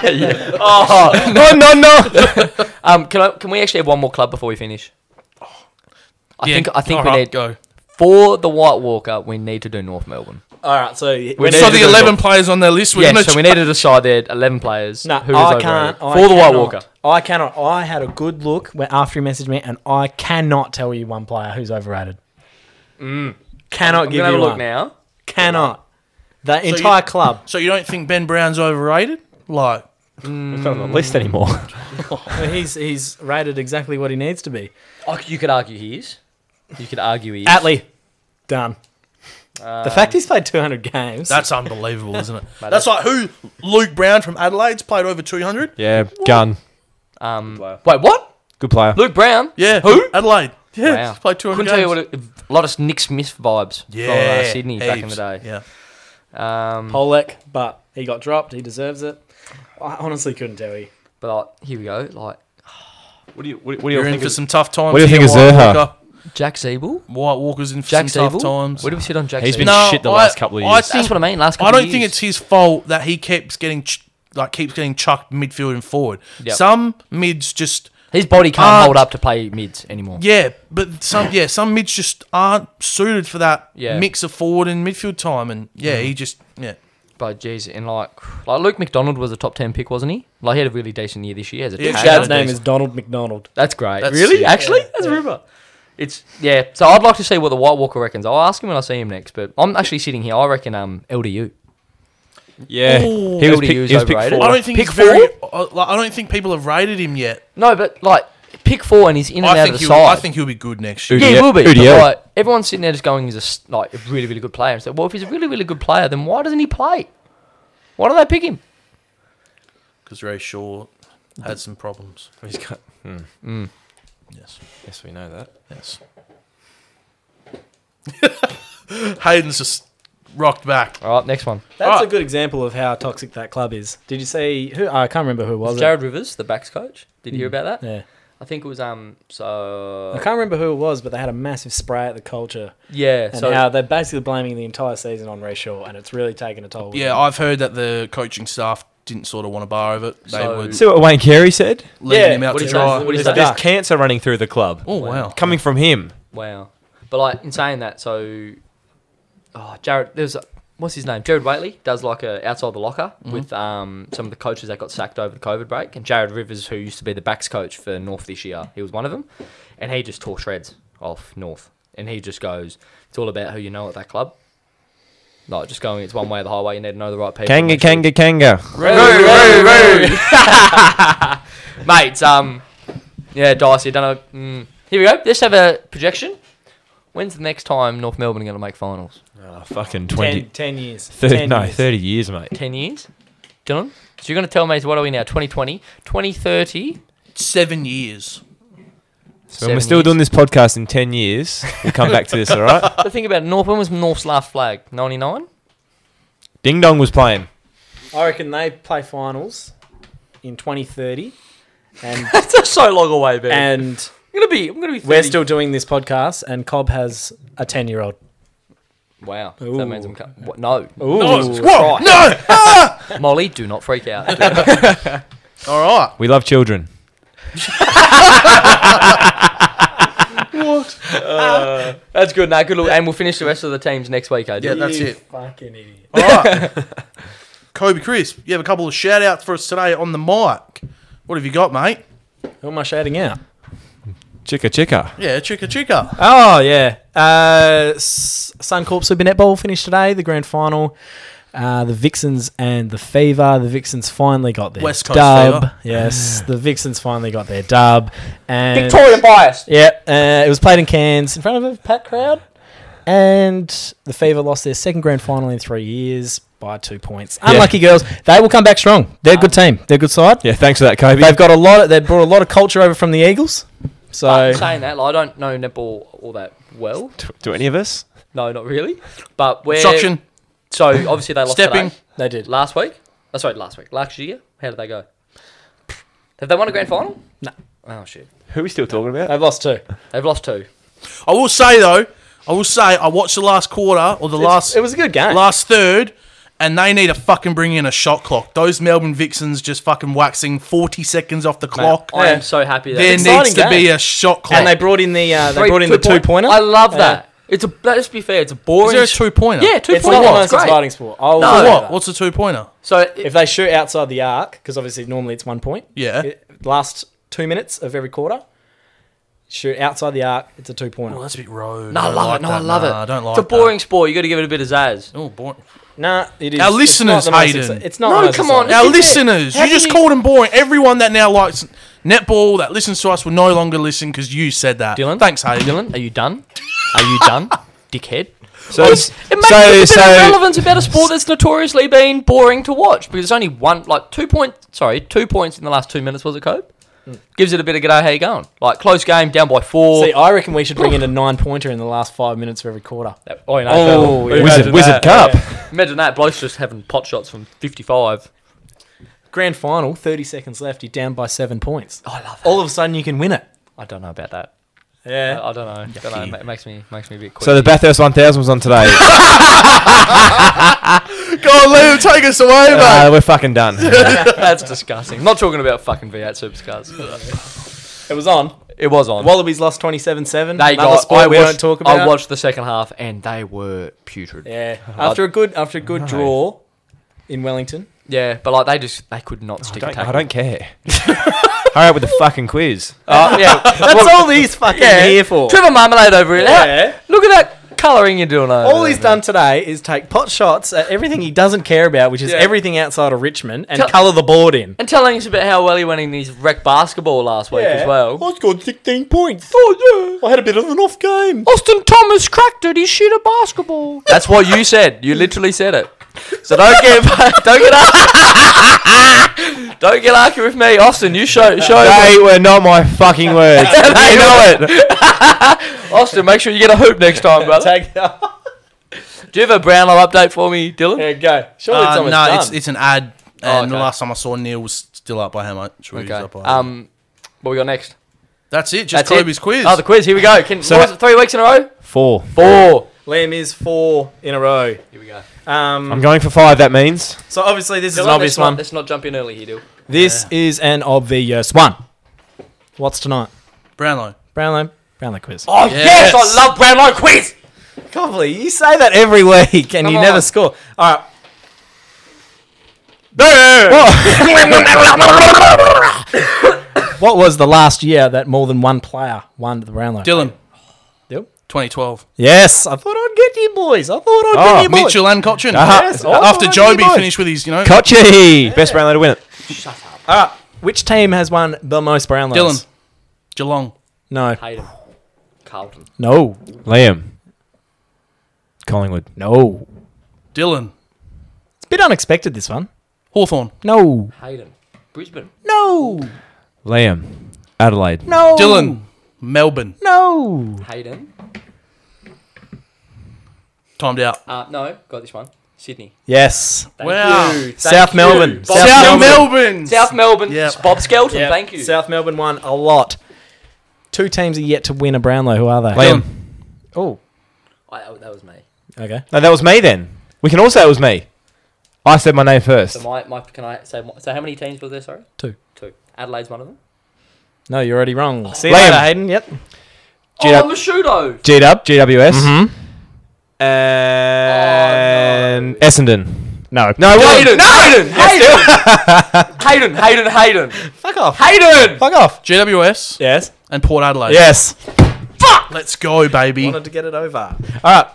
D: Oh, [laughs] no, no, no.
B: Um, can I, Can we actually have one more club before we finish? I
A: Yeah,
B: think I think we
A: alright,
B: need
A: go.
B: for the White Walker. We need to do North Melbourne.
E: All right, so we
B: We
A: So
B: need to
A: the
B: do
A: eleven
B: North-
A: players on their list. We're
B: Yeah,
A: gonna
B: so we
A: ch-
B: need to decide there eleven players.
E: No,
B: who is
E: I
B: overrated.
E: can't. I
B: for the White
E: cannot-
B: Walker.
E: I cannot. I had a good look when, after he messaged me, and I cannot tell you one player who's overrated. Cannot
B: Mm. I'm
E: give you
B: gonna have a look
E: one.
B: now.
E: Cannot. The entire club. [laughs]
A: So you don't think Ben Brown's overrated? Like,
D: It's not on the list anymore.
E: he's he's rated exactly what he needs to be.
B: Oh, you could argue he is. You could argue he is.
E: Atley, done.
B: Um,
E: the fact he's played 200 games.
A: that's unbelievable, isn't it?
D: [laughs]
A: that's like who Luke Brown from Adelaide's played over two hundred.
D: Yeah, gun.
B: um,
D: player.
B: wait, what?
D: Good player.
B: Luke Brown?
A: Yeah,
B: Who?
A: Adelaide? Yeah,
B: Wow.
A: he's played two
B: Couldn't
A: hundred.
B: tell you what it, a lot of Nick Smith vibes
A: yeah,
B: from uh, Sydney back in the
A: heaps.
B: day.
A: Yeah,
B: Um,
E: Polek, but he got dropped. He deserves it. I honestly couldn't tell you.
B: but like, here we go. Like
D: What do you, what, do
A: you're in for some tough times.
D: What do you
A: here,
D: think of
A: White
D: Zerha?
A: Walker.
B: Jack Siebel.
A: White Walker's in for
B: Jack
A: some
B: Siebel.
A: tough times.
B: Where do we sit on Jack?
D: He's
B: Siebel?
D: been shit the last couple of
A: I
D: years.
A: think,
B: That's what I mean. Last couple
A: I don't
B: of
A: think
B: years.
A: it's his fault that he keeps getting ch- like keeps getting chucked midfield and forward.
B: Yep.
A: Some mids just
B: his body can't
A: Uh,
B: hold up to play mids anymore.
A: Yeah, but some yeah, some mids just aren't suited for that
B: Yeah.
A: mix of forward and midfield time, and yeah, he just yeah.
B: But jeez, and like like Luke McDonald was a top ten pick, wasn't he? Like he had a really decent year this year as a
A: Yeah,
B: tag.
A: Shad's
E: Dad's name is Donald McDonald.
B: That's great.
A: That's-
B: really?
A: yeah.
B: Actually, that's a rumor. It's yeah. So I'd like to see what the White Walker reckons. I'll ask him when I see him next. But I'm actually sitting here. I reckon um LDU.
D: Yeah,
A: Ooh.
D: he was,
B: LDU
D: pick,
B: is
D: he was picked
B: overrated.
D: four.
A: I don't think
B: Pick
A: he's very. uh, like, I don't think people have rated him yet.
B: No, but like pick four and he's in and
A: I
B: out
A: think
B: of the
A: he'll.
B: side.
A: I think he'll be good next year.
B: yeah, he
D: Udiel-
B: will be. but,
D: Udiel.
B: like, everyone's sitting there just going, he's a s- like a really, really good player. And so, well, if he's a really, really good player, then why doesn't he play? Why do they pick him?
A: Because Ray Shaw had some
B: [laughs]
A: problems.
D: He's got- hmm.
A: Yes,
D: Yes, we know that.
A: yes. [laughs] Hayden's just rocked back.
B: All right, next one.
E: That's
A: Alright.
E: a good example of how toxic that club is. Did you see who? I can't remember who it was.
B: Was Jared Rivers, the backs coach? Did you hear about that?
E: Yeah,
B: I think it was um. So
E: I can't remember who it was, but they had a massive spray at the culture,
B: yeah.
E: and
B: So
E: how they're basically blaming the entire season on Ray Shaw, and it's really taken a toll.
A: Yeah,
E: I,
A: I've heard that the coaching staff didn't sort of want a bar of it. They
B: So-
A: were
D: See what Wayne Carey said?
A: leaving
E: yeah,
A: him out
B: what
A: to
B: is
A: dry.
B: that? What is that?
D: There's, there's cancer running through the club.
A: Oh wow!
D: Coming from him.
B: wow. But like in saying that, so oh, Jared, there's a, what's his name? Jared Waitley does like a outside the locker
D: Mm-hmm.
B: with um some of the coaches that got sacked over the COVID break, and Jared Rivers, who used to be the backs coach for North this year, he was one of them, and he just tore shreds off North, and he just goes, it's all about who you know at that club. Like just going, it's one way of the highway. You need to know the right people.
D: Kanga,
B: make sure-
D: Kanga, Kanga.
C: [laughs]
B: [laughs] Mates, um, yeah, Dice, you don't know. Mm, here we go. Let's have a projection. When's the next time North Melbourne are going to make finals?
D: Oh, fucking 20.
E: 10, 10 years.
D: 30,
E: 10
D: no,
E: years.
D: 30 years, mate.
B: 10 years? Dylan? So you're going to tell me, what are we now? 2020? 2030?
A: Seven years.
D: So when we're still doing this podcast in 10 years, we'll come back to this, all
B: [laughs]
D: right?
C: Uh,
B: But think about it. North, when was North's last flag? 99?
D: Ding Dong was playing.
E: I reckon they play finals
C: in 2030, and
B: That's so long away, man.
C: and
B: I'm gonna be. I'm gonna be. 30.
C: we're still doing this podcast, and Cobb has a 10 year old.
B: Wow.
C: Ooh.
B: That means I'm. Co- what? No.
A: No,
C: Ooh,
A: Whoa, no.
B: Molly, do not
C: [laughs]
B: freak out.
A: [laughs] All right.
D: We love children.
B: That's good. No, good look. And we'll finish the rest of the teams next week, eh, AJ.
A: Yeah, that's
C: you
A: it. [laughs]
C: Fucking idiot.
A: All right. Kobe Crisp, you have a couple of shout outs for us today on the mic. What have you got, mate?
C: Who am I shouting out?
D: Chicka chicka.
A: Yeah, chicka chicka.
E: Oh yeah, uh, S- Suncorp Super Netball finished today. The grand final, uh, the Vixens and the Fever. The Vixens finally got their
A: West Coast
E: dub.
A: Fever.
E: Yes, the Vixens finally got their dub. And
B: Victoria biased.
E: Yeah, uh, it was played in Cairns in front of a packed crowd, and the Fever lost their second grand final in three years by two points.
D: Yeah.
E: Unlucky girls. They will come back strong. They're a good
C: Uh,
E: team. They're a good side.
D: Yeah, thanks for that, Kobe.
E: They've got a lot. Of, they brought a lot of culture over from the Eagles. So
B: Saying that, like, I don't know netball all that well.
D: Do- Do any of us?
B: No, not really. But we're
A: Suction.
B: So obviously they lost
A: Stepping.
B: today.
E: they did.
B: last week. Oh, sorry, last week. Last year. How did they go? Have they won a grand final?
E: No.
B: Oh shit.
D: Who are we still talking about?
E: They've lost two.
B: They've lost two.
A: I will say, though, I will say, I watched the last quarter or the last
E: It was a good game.
A: last third, and they need to fucking bring in a shot clock. Those Melbourne Vixens just fucking waxing 40 seconds off the clock.
B: I
E: Yeah.
B: am so happy that
A: there
E: Exciting
A: needs to be
E: game.
A: a shot clock.
E: and they brought in the uh, they
B: Three-
E: brought in the two
B: two-point-
E: pointer.
B: I love
E: Yeah.
B: that. It's a let's be fair, it's a boring
A: Is there a
B: sh-
A: two pointer?
B: Yeah, two Oh,
E: It's
B: pointer.
E: not the most
B: It's great.
E: exciting sport. I'll
B: No.
E: say
B: For
A: What?
E: that.
A: What's a two pointer?
B: So it-
E: If they shoot outside the arc, because obviously normally it's one point.
A: Yeah.
E: It- last two minutes of every quarter, shoot outside the arc. It's a two pointer.
A: Well, that's a bit rogue.
B: no, I
A: don't
B: love
A: like
B: it. No,
A: that.
B: I love it.
A: Nah, I don't like
B: It's a boring sport. You got to give it a bit of zazz.
A: That. Oh, boring.
E: Nah, it is.
A: Our
E: it's
A: listeners
E: not the most
A: hate
E: exci-
A: it.
E: It's not.
B: No,
E: the most
B: come on.
A: Our
E: exciting.
B: Is it-
A: listeners,
B: how
A: you
B: do
A: just
B: you-
A: called them boring. Everyone that now likes netball that listens to us will no longer listen because you said that.
B: Dylan?
A: thanks, Hayden.
B: Dylan, are you done? Are you done, [laughs] dickhead? Oh,
D: So,
B: It's- it makes a bit of relevance about a sport that's notoriously been boring to watch because it's only one, like two point, sorry, two points in the last two minutes was it, Cope? Gives it a bit of g'day. How you going? Like close game, down by four.
E: See, I reckon we should bring in a nine pointer in the last five minutes of every quarter.
B: That- oh, you know,
E: Oh,
B: fella.
E: yeah.
D: Wizard, Wizard Cup.
B: imagine that blokes just having pot shots from fifty-five.
E: Grand final, thirty seconds left. You're down by seven points.
B: I love.
E: All of a sudden, you can win it.
B: Oh. I don't know about that.
E: Yeah.
B: I, I don't know. Don't know. ma- It makes me makes me a bit.
D: So the
B: queasy.
D: Bathurst 1000 was on [laughs] today.
A: Go on, let him take us away, mate.
D: Uh, we're fucking [laughs]
B: [laughs]
D: done.
B: that's disgusting. not talking about fucking V8 supercars.
E: It was on.
B: It was on.
E: Wallabies lost 27-7.
B: They
E: Another
B: got.
E: sport
B: I
E: we
B: watched,
E: don't talk about.
B: I watched the second half and they were putrid.
E: Yeah. After a good after a good draw in Wellington.
B: Yeah, but like they just they could not
D: I
B: stick a
D: don't, I
B: tackle.
D: don't [laughs] care. Hurry up with the fucking [laughs] quiz.
E: [laughs]
B: Uh, yeah,
E: That's all [laughs] he's fucking here for.
B: Trevor Marmalade over here.
E: [laughs] Yeah.
B: Look at that colouring you're doing over
E: All
B: there,
E: he's
B: man.
E: done today is take pot shots at everything he doesn't care about, which is
B: Yeah.
E: everything outside of Richmond, and
B: Tell-
E: colour the board in.
B: And telling us about how well he went in his rec basketball last week as well.
E: I scored 16 points.
B: Oh,
E: I had a bit of an off game.
B: Austin Thomas cracked it. He shit at basketball. That's what you said. You literally said it. So don't get [laughs] don't get ar- don't get arky with me, Austin. You show show
D: They were not my fucking [laughs] words.
B: [laughs]
D: they know it.
B: Austin. Make sure you get a hoop next time, brother.
E: Take that.
B: [laughs] Do you have a Brownlow update for me, Dylan?
E: There you go. Surely it's
A: Uh,
E: almost
A: no,
E: done.
A: it's it's an ad. And the
B: okay.
A: last time I saw Neil was still up by how much? We was up by.
B: Okay. Um, what we got next?
A: that's it. Just
B: it.
A: Kobe's quiz.
B: Oh, the quiz. Here we go. Can,
D: So-
B: what was it, three weeks in a row?
D: Four.
B: Four.
E: Liam is four in a row.
B: Here we go.
D: I'm
E: Um,
D: going for five, that means.
E: so obviously this is an
B: let's
E: obvious one.
B: Not, let's not jump in early here, Dill.
E: This is an obvious one. What's tonight?
A: Brownlow.
E: Brownlow. Brownlow quiz.
B: Oh
A: yes, I
B: love Brownlow quiz.
E: Cobley, you say that every week
B: Come
E: and you never
B: on.
E: score. All right. [laughs] What was the last year that more than one player won the Brownlow?
A: Dylan.
E: Yep.
A: 2012.
E: Yes, I thought I'd get you boys. I thought I'd
D: Oh,
E: get you boys.
A: Mitchell and Cochin.
D: Uh-huh.
E: Yes, I
A: After
E: thought I'd get
A: Joby
E: you boys.
A: finished with his, you know,
D: Kochi! E, Best Brownlow to win it.
E: All right. Which team has won the most Brownlows?
A: Dylan. Geelong.
E: No.
B: Hayden. Carlton.
E: No.
D: Liam. Collingwood.
E: No.
A: Dylan.
E: It's a bit unexpected, this one.
A: Hawthorn.
E: No.
B: Hayden. Brisbane.
E: No.
D: Liam. Adelaide.
E: No.
A: Dylan. Melbourne.
E: No.
B: Hayden.
A: Timed out.
B: Uh, no, got this one. Sydney.
E: Yes.
A: Wow.
B: You, thank
E: South
B: you.
E: Melbourne.
B: Bob-
A: South,
E: South
A: Melbourne.
B: South Melbourne.
A: Yeah.
B: Bob Skelton. Thank you.
E: South Melbourne won a lot. Two teams are yet to win a Brownlow. Who are they?
D: Liam.
E: Oh,
B: I, that- that was me.
E: okay.
D: No, that was me then. We can all say it was me. I said my name first.
B: So my, my can I say so how many teams were there? Sorry,
E: Two.
B: two. Adelaide's one of them.
E: No, you're already wrong. See you
D: Oh, Liam.
E: later, Hayden. Yep.
D: G
B: oh,
D: dub,
B: Mashudo.
D: G dub, GWS,
E: Mm-hmm.
D: and
B: Oh, no.
D: Essendon.
E: No.
D: No,
B: Hayden.
D: Hayden. No, Hayden.
B: Hayden. Hayden. Hayden. Hayden.
E: Fuck off.
B: Hayden.
E: Fuck off.
A: GWS
E: Yes.
A: and Port Adelaide.
E: Yes.
A: Let's go, baby.
E: Wanted to get it over. All right.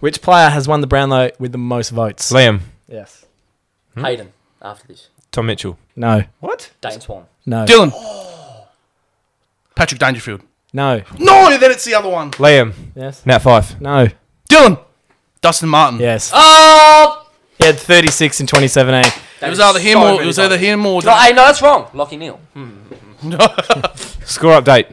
E: Which player has won the Brownlow with the most votes?
D: Liam,
E: Yes.
B: Hmm? Hayden. After this,
D: Tom Mitchell.
E: No.
D: What?
B: Dane Swan.
E: No.
A: Dylan. Patrick Dangerfield.
E: No.
A: Oh. No, then it's the other one.
D: Liam,
E: Yes.
D: Nat Five.
E: No.
A: Dylan. Dustin Martin.
E: Yes.
B: Oh.
E: He had 36 in 2017.
A: It was either him or it was either him or
B: No, hey, no, that's wrong. Lockie Neal.
D: Score update.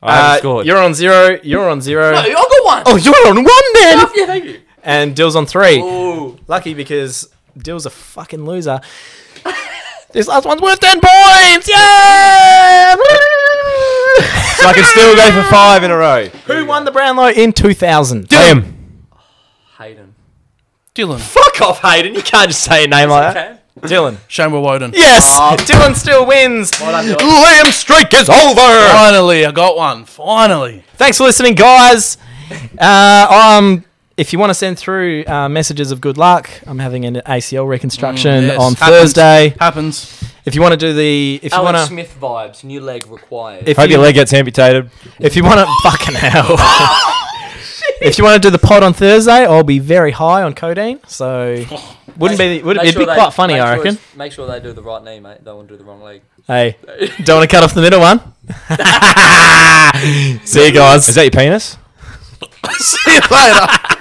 D: I haven't
E: Uh,
D: scored.
E: You're on zero. You're on zero.
B: No, I got one.
E: Oh, you're on one then.
B: Yeah, thank you.
E: And Dill's on three.
B: Ooh.
E: Lucky because Dill's a fucking loser. [laughs] this last one's worth 10 points. Yeah!
D: So I can still go for five in a row.
E: Who won the Brownlow in 2000?
D: Liam.
B: Hayden.
A: Dylan.
E: Fuck off, Hayden. You can't just say a name like that.
B: Okay.
E: Dylan.
A: Shane Woden.
E: Yes. Dylan still wins.
D: Liam streak is over.
A: Finally, I got one. Finally.
E: Thanks for listening, guys. Uh, um, if you want to send through uh, messages of good luck, I'm having an ACL reconstruction
A: Mm, yes.
E: on
A: Happens.
E: Thursday.
A: Happens.
E: If you want to do the, if you
B: Alan
E: want to,
B: Smith vibes. New leg required.
E: if
D: Hope
E: you,
D: your leg gets amputated.
E: if
D: [laughs]
E: you want to, fucking hell. if you want to do the pod on Thursday, I'll be very high on codeine, so wouldn't be, would
B: Make
E: it'd
B: sure
E: be
B: they-
E: quite funny,
B: make
E: I
B: sure
E: reckon.
B: it's- Make sure they do the right knee, mate. Don't want to do the wrong leg.
E: Hey, don't want to cut off the middle one. [laughs] See you guys. [laughs]
D: Is that your penis?
A: See you later.